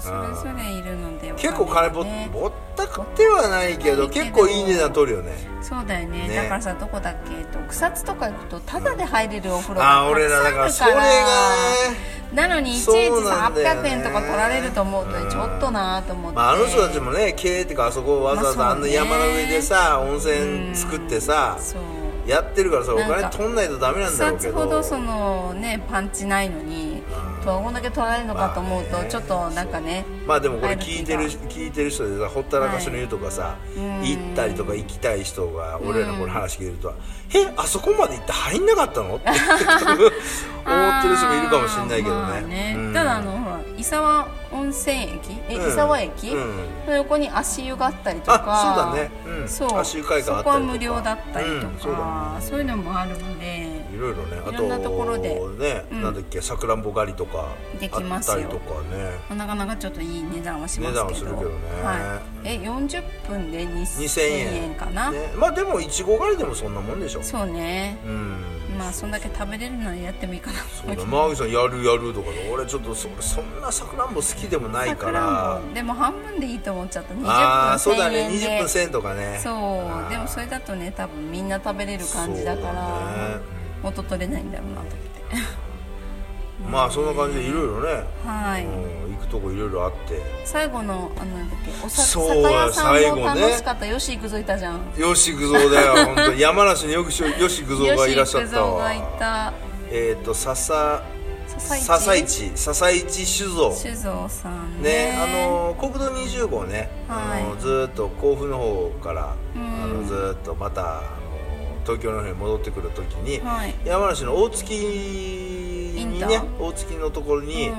Speaker 1: そう
Speaker 2: うん
Speaker 1: それぞれいるので、お
Speaker 2: 結構金ぼ,、
Speaker 1: がね
Speaker 2: ぼったくてはないけど
Speaker 1: ぼったくないけ
Speaker 2: 結
Speaker 1: ど
Speaker 2: 構いい値段取るよね
Speaker 1: そうだよね
Speaker 2: ね
Speaker 1: だからさどこだっけえっと草津とか行くとタダで入れるお風呂
Speaker 2: ああー俺ら
Speaker 1: た
Speaker 2: だ
Speaker 1: く
Speaker 2: からそ
Speaker 1: さんあ
Speaker 2: れ
Speaker 1: る
Speaker 2: がね
Speaker 1: なのにいちいち
Speaker 2: そうな
Speaker 1: さ
Speaker 2: んだよね
Speaker 1: 800円とか取られると思うとねちょっとなーと思って、
Speaker 2: まあ、あの人たちもね経営っていうかあそこをわざわざ
Speaker 1: まあ
Speaker 2: あ
Speaker 1: そ
Speaker 2: ん
Speaker 1: う
Speaker 2: な
Speaker 1: ね
Speaker 2: 山の上でさ温泉作ってさ
Speaker 1: そう
Speaker 2: やってるからさお
Speaker 1: なん
Speaker 2: 金
Speaker 1: か
Speaker 2: 取んないとダメなんだ
Speaker 1: 草
Speaker 2: ろうけ
Speaker 1: 津
Speaker 2: ど
Speaker 1: ほどそのねパンチないのにとこんだけ取られるのかと思う
Speaker 2: まあ
Speaker 1: と
Speaker 2: ね
Speaker 1: ちょっとなんかね
Speaker 2: まあでもこれ聞いてる
Speaker 1: 入る気
Speaker 2: 聞いてる人でさほったらかしの湯とかさ、行ったりとか行きたい人が俺らのこの話聞いてると「えあそこまで行って入んなかったの?」っ て思ってる人もいるかもしれないけどね,、
Speaker 1: まあね
Speaker 2: うん
Speaker 1: ただあのほら伊沢温泉駅え、
Speaker 2: うん
Speaker 1: 伊沢駅、
Speaker 2: うん
Speaker 1: の横に足湯があったりと
Speaker 2: あ
Speaker 1: か
Speaker 2: そうだねうん
Speaker 1: そう
Speaker 2: 足湯会館あ
Speaker 1: そ
Speaker 2: ったりとか
Speaker 1: こは無料だったりと
Speaker 2: うんそうだ
Speaker 1: か、そういうのもあるので
Speaker 2: いろいろねあ
Speaker 1: い
Speaker 2: と
Speaker 1: ろんなところで
Speaker 2: ね、
Speaker 1: うん
Speaker 2: なんだっけさくらんぼ狩りとか
Speaker 1: できますよ
Speaker 2: あったりとかね
Speaker 1: なかなかちょっといい値段はしますけど
Speaker 2: 値段はするけどね
Speaker 1: はい、え40分で
Speaker 2: 2000
Speaker 1: 2000
Speaker 2: 円
Speaker 1: 円かな、
Speaker 2: ね、まあでもいちご狩りでもそんなもんでしょ
Speaker 1: そうね
Speaker 2: うん
Speaker 1: まあそんだけ食べれるならやってもいいかなと
Speaker 2: そ
Speaker 1: 思
Speaker 2: う
Speaker 1: うけ
Speaker 2: だ
Speaker 1: ど
Speaker 2: マーギさんやるやるとかで俺ちょっとそそんなさくらんぼ好きでもないか
Speaker 1: 桜
Speaker 2: ら
Speaker 1: んぼでも半分でいいと思っちゃった20分
Speaker 2: ああー
Speaker 1: 1000
Speaker 2: そうだね
Speaker 1: 円で
Speaker 2: 20分1000とかね
Speaker 1: そうでもそ
Speaker 2: れ
Speaker 1: れだとね多分みんな食べれる感じだから
Speaker 2: そうだね
Speaker 1: 元取れないんだろうなと思って
Speaker 2: まあそんな感じでいろいろね、
Speaker 1: はい、
Speaker 2: うん、行くとこいろいろあって
Speaker 1: 最後のあのなんだっけおさ
Speaker 2: そう
Speaker 1: 酒屋さんも
Speaker 2: 最後ね
Speaker 1: 楽しかった、よし行くぞいたじゃん
Speaker 2: 吉幾三だ よ本当に山梨によくしよし幾三がいらっしゃったわ
Speaker 1: よし行くぞが
Speaker 2: えっ、と笹
Speaker 1: いた
Speaker 2: 笹市笹市酒造
Speaker 1: 酒造さんね
Speaker 2: ね、あの国道20号ね、
Speaker 1: はい
Speaker 2: あのずーっと甲府の方から、
Speaker 1: うん
Speaker 2: あのずーっとまたあの東京の方に戻ってくる時に、
Speaker 1: はい
Speaker 2: 山梨の大月に
Speaker 1: インタ
Speaker 2: ね
Speaker 1: ー
Speaker 2: 大月のところに、
Speaker 1: うん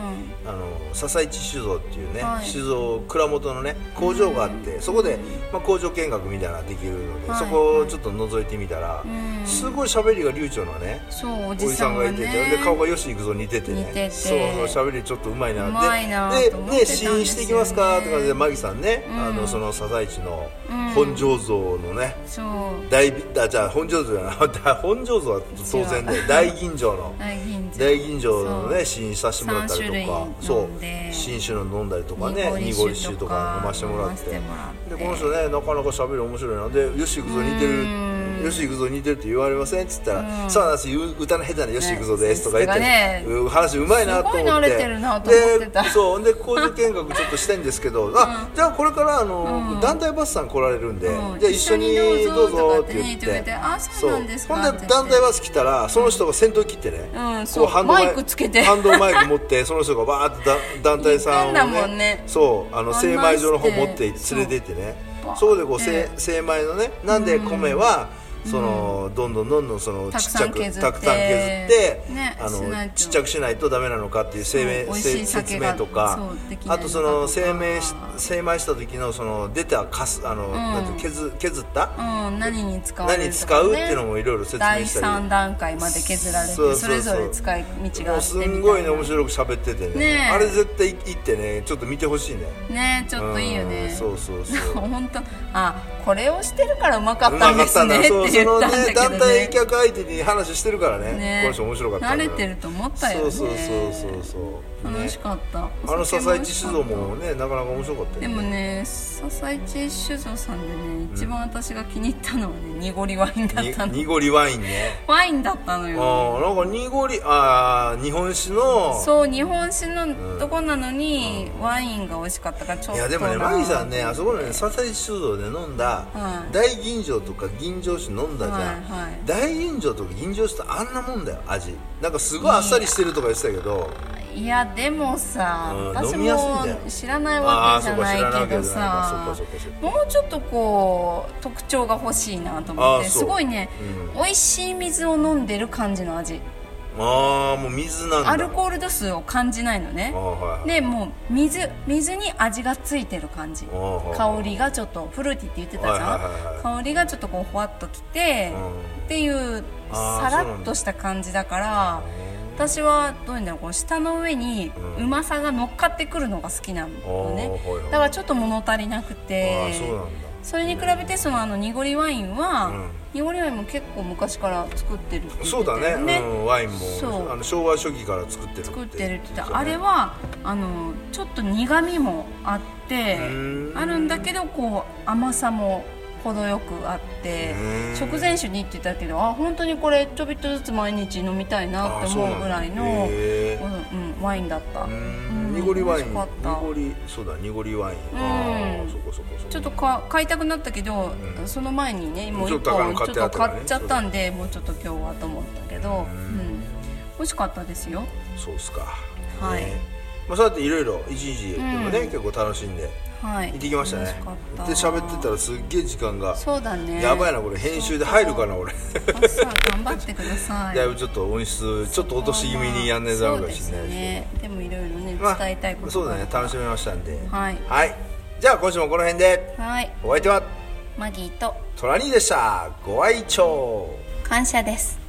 Speaker 2: あの笹市酒造っていうね、
Speaker 1: はい
Speaker 2: 酒造蔵元のね工場があって、そこで、まあ、工場見学みたいなのができるので、
Speaker 1: はい
Speaker 2: そこをちょっと覗いてみたら、
Speaker 1: うん
Speaker 2: すごい喋りが流暢なね
Speaker 1: そうお
Speaker 2: お
Speaker 1: じ
Speaker 2: じ
Speaker 1: さ
Speaker 2: さ
Speaker 1: ん
Speaker 2: ん
Speaker 1: が
Speaker 2: が
Speaker 1: ね
Speaker 2: いてて、で顔がよし行くぞ似ててね
Speaker 1: 似てて
Speaker 2: そうそう喋りちょっとうまいな
Speaker 1: うまいな
Speaker 2: で
Speaker 1: と
Speaker 2: で
Speaker 1: 思っ
Speaker 2: ね
Speaker 1: てたんです
Speaker 2: 試
Speaker 1: よね
Speaker 2: 飲してきますかって感じでマギさんね、
Speaker 1: ん
Speaker 2: あのそのサザエ市の
Speaker 1: うん
Speaker 2: 本醸造のね、
Speaker 1: そう
Speaker 2: 大あじゃあ本醸造じゃない 本醸造は当然ね
Speaker 1: 違う
Speaker 2: 大吟醸の
Speaker 1: 大吟醸
Speaker 2: 大吟醸の
Speaker 1: そ
Speaker 2: ね
Speaker 1: う
Speaker 2: 試飲させてもらったりとか
Speaker 1: 三種類
Speaker 2: そ
Speaker 1: 飲ん
Speaker 2: う
Speaker 1: で
Speaker 2: 新酒の飲んだりとかね濁
Speaker 1: 濁
Speaker 2: り
Speaker 1: り
Speaker 2: 酒
Speaker 1: 酒と
Speaker 2: とか
Speaker 1: か
Speaker 2: 飲ませてもらっ
Speaker 1: 飲
Speaker 2: て
Speaker 1: ませてもら
Speaker 2: で
Speaker 1: って
Speaker 2: この人ねなかなか喋り面白いなで「よし行くぞ似てるよし行くぞ似てるって言われません」っつったら「さあなす歌の下手なよし行くぞです」とか言って、
Speaker 1: ねそう
Speaker 2: うん話うまいなと思って
Speaker 1: すごい慣れてるなと思ってた
Speaker 2: でそうで工場見学ちょっとしたいんですけど、あじゃあこれからあの、団体バスさん来られるんで、
Speaker 1: うん
Speaker 2: じゃあ一緒にどうぞって言っ
Speaker 1: 一緒にどうぞとかってね言ってくれ
Speaker 2: て
Speaker 1: てあそうなんですか
Speaker 2: そうほんで団体バス来たらその人が先頭切ってね、
Speaker 1: うん
Speaker 2: こ
Speaker 1: そう
Speaker 2: ハンド
Speaker 1: マイクつけて
Speaker 2: ハンドマイク持ってその人がバーってだ団体さんを
Speaker 1: 言ったん
Speaker 2: ね
Speaker 1: だもんね
Speaker 2: そうあの精米所の方持って
Speaker 1: 案
Speaker 2: 連
Speaker 1: 内して
Speaker 2: れてってね
Speaker 1: そう
Speaker 2: そこでこう、せ
Speaker 1: ね
Speaker 2: 精米のねなんで米は、そのどんどんどんどんそのち
Speaker 1: たく
Speaker 2: っち
Speaker 1: さ
Speaker 2: ゃ
Speaker 1: ん
Speaker 2: く
Speaker 1: 削って
Speaker 2: たくさん削って、
Speaker 1: ね
Speaker 2: あ
Speaker 1: しない
Speaker 2: の
Speaker 1: と
Speaker 2: ちっちゃくしないとダメなのかっていう生命、
Speaker 1: うん美味し
Speaker 2: せ
Speaker 1: い
Speaker 2: 説
Speaker 1: 酒
Speaker 2: 明
Speaker 1: が
Speaker 2: とか
Speaker 1: そうできない
Speaker 2: あ
Speaker 1: の
Speaker 2: と
Speaker 1: か
Speaker 2: そ
Speaker 1: と
Speaker 2: の
Speaker 1: か
Speaker 2: 生命し精米した時のその出たかすあの、なんていう削削った、
Speaker 1: うん何に使われる
Speaker 2: 何
Speaker 1: とか
Speaker 2: 使うっ
Speaker 1: ね
Speaker 2: ていうのもいろいろ説明したり
Speaker 1: 第三段階まで削られて
Speaker 2: そう
Speaker 1: そ
Speaker 2: そうそう
Speaker 1: れぞれ使い道があ
Speaker 2: も
Speaker 1: っ
Speaker 2: う
Speaker 1: て
Speaker 2: す
Speaker 1: みたいなん
Speaker 2: ごいね面白く喋っててね
Speaker 1: ねえ
Speaker 2: あれ絶対行ってねちょっと見てほしいね
Speaker 1: ねちょっといいよ
Speaker 2: うん
Speaker 1: ね
Speaker 2: そうそうそう
Speaker 1: 本当あこれをしてるからうまか
Speaker 2: う
Speaker 1: っ
Speaker 2: ま
Speaker 1: たん
Speaker 2: か
Speaker 1: で
Speaker 2: っ
Speaker 1: す
Speaker 2: たん
Speaker 1: ね
Speaker 2: だ
Speaker 1: って
Speaker 2: そうそ
Speaker 1: 言っ
Speaker 2: の
Speaker 1: たんだ
Speaker 2: ね
Speaker 1: けど
Speaker 2: 団体
Speaker 1: ね
Speaker 2: 客相手に話してるからね
Speaker 1: ね
Speaker 2: この人面白かった
Speaker 1: 慣
Speaker 2: んだ
Speaker 1: れ
Speaker 2: よ
Speaker 1: てると思ったよね
Speaker 2: そうそうそうそうそうね
Speaker 1: 楽しかった、
Speaker 2: あの
Speaker 1: 佐
Speaker 2: 笹市酒造もねなかなか面白かった
Speaker 1: で
Speaker 2: よ
Speaker 1: もね笹市酒造さんでね一番私が気に入ったのはね濁りワインだっ
Speaker 2: に
Speaker 1: たの
Speaker 2: 濁りワインね
Speaker 1: ワインだったの
Speaker 2: あ
Speaker 1: よ
Speaker 2: ーなんか濁りあー日本酒の
Speaker 1: そう日本酒のとこなのに、ワインが美味しかったからちょっとい
Speaker 2: いやでもねマギさんねあそこのね笹井酒造で飲んだ、
Speaker 1: はい
Speaker 2: 大吟醸とか吟醸酒飲んだじゃん、
Speaker 1: はいはい
Speaker 2: 大吟醸とか吟醸酒ってあんなもんだよ味なんかすごいあっさりしてるとか言ってたけど
Speaker 1: いやでもさ、
Speaker 2: うん
Speaker 1: 私
Speaker 2: 飲みやすいんだよ
Speaker 1: も知らないわけじゃないけど
Speaker 2: あー
Speaker 1: さ
Speaker 2: そうか知らないわけじゃないかそうかそうかそうか
Speaker 1: もうちょっとこう特徴が欲しいなと
Speaker 2: あ
Speaker 1: 思
Speaker 2: ー
Speaker 1: っ
Speaker 2: そ
Speaker 1: て
Speaker 2: う
Speaker 1: すごいね、
Speaker 2: う
Speaker 1: 美味しい水を飲んでる感じの味
Speaker 2: ああもう水なんだ
Speaker 1: アルコール度数を感じないのね
Speaker 2: あーはいはい
Speaker 1: でもう水水に味がついてる感じ
Speaker 2: あーはい
Speaker 1: 香りがちょっとフルーティーって言ってたじゃん、
Speaker 2: はいはいはいはい
Speaker 1: 香りがちょっとこうほわっときて、
Speaker 2: うん
Speaker 1: っていう
Speaker 2: あー
Speaker 1: さらっとした感じだから
Speaker 2: う
Speaker 1: 私はどういうんだろうこう舌の上にうまさが乗っかってくるのが好きなのね、
Speaker 2: あーはいはい
Speaker 1: だからちょっと物足りなく
Speaker 2: あ
Speaker 1: て
Speaker 2: あそうなんだ
Speaker 1: それに比べてそのあの濁りワインは、
Speaker 2: ん
Speaker 1: 濁りワインも結構昔から作ってるって言ってた
Speaker 2: そ
Speaker 1: よ
Speaker 2: うだねうん、ワインも
Speaker 1: そう
Speaker 2: あの昭和初期から作ってる
Speaker 1: 作ってるって言って
Speaker 2: 言
Speaker 1: たあれ
Speaker 2: は
Speaker 1: はあのちょっと苦みもあって
Speaker 2: ーん
Speaker 1: あるんだけどこう甘さも程よくあって
Speaker 2: うーん
Speaker 1: 食前酒にって言ったけどあ本当にこれちょびっとずつ毎日飲みたいなって思うぐらいの
Speaker 2: あそうなんだへ
Speaker 1: うんうんワインだったうん
Speaker 2: 濁りワイン
Speaker 1: 美味しかった
Speaker 2: 濁りそうだ濁りワイン
Speaker 1: ん
Speaker 2: ああそこそこそこ
Speaker 1: ちょっとか買いたくなったけど、その前にねもう
Speaker 2: ちょっ
Speaker 1: 1
Speaker 2: と高いの
Speaker 1: 本
Speaker 2: 買
Speaker 1: ちょ
Speaker 2: っ
Speaker 1: ってと
Speaker 2: あったからね
Speaker 1: 買っちゃったんでもうちょっと今日はと思ったけど、うん、美味しかったですよ
Speaker 2: そうっすか
Speaker 1: はい
Speaker 2: ねまあそうやっていろいろ一日でもね結構楽しんで
Speaker 1: はい
Speaker 2: 行ってきましたねで
Speaker 1: 楽しか
Speaker 2: 喋ってたらすっげえ時間が
Speaker 1: そうだね
Speaker 2: やばいなこれ編集で入るかな俺
Speaker 1: 朝頑張ってください
Speaker 2: だいぶちょっと音質ちょっと落とし気味にやんねえだろうかもしれ
Speaker 1: そう
Speaker 2: な
Speaker 1: です
Speaker 2: いし
Speaker 1: ねでもいろいろね
Speaker 2: まあ
Speaker 1: 伝えたいこと
Speaker 2: そう
Speaker 1: が
Speaker 2: だ
Speaker 1: ある
Speaker 2: ね
Speaker 1: から
Speaker 2: 楽しめましたんで
Speaker 1: はい
Speaker 2: はいじゃあ今週もこの辺で
Speaker 1: はい
Speaker 2: お相手は
Speaker 1: マギーと
Speaker 2: トラニーでしたご愛聴
Speaker 3: 感謝です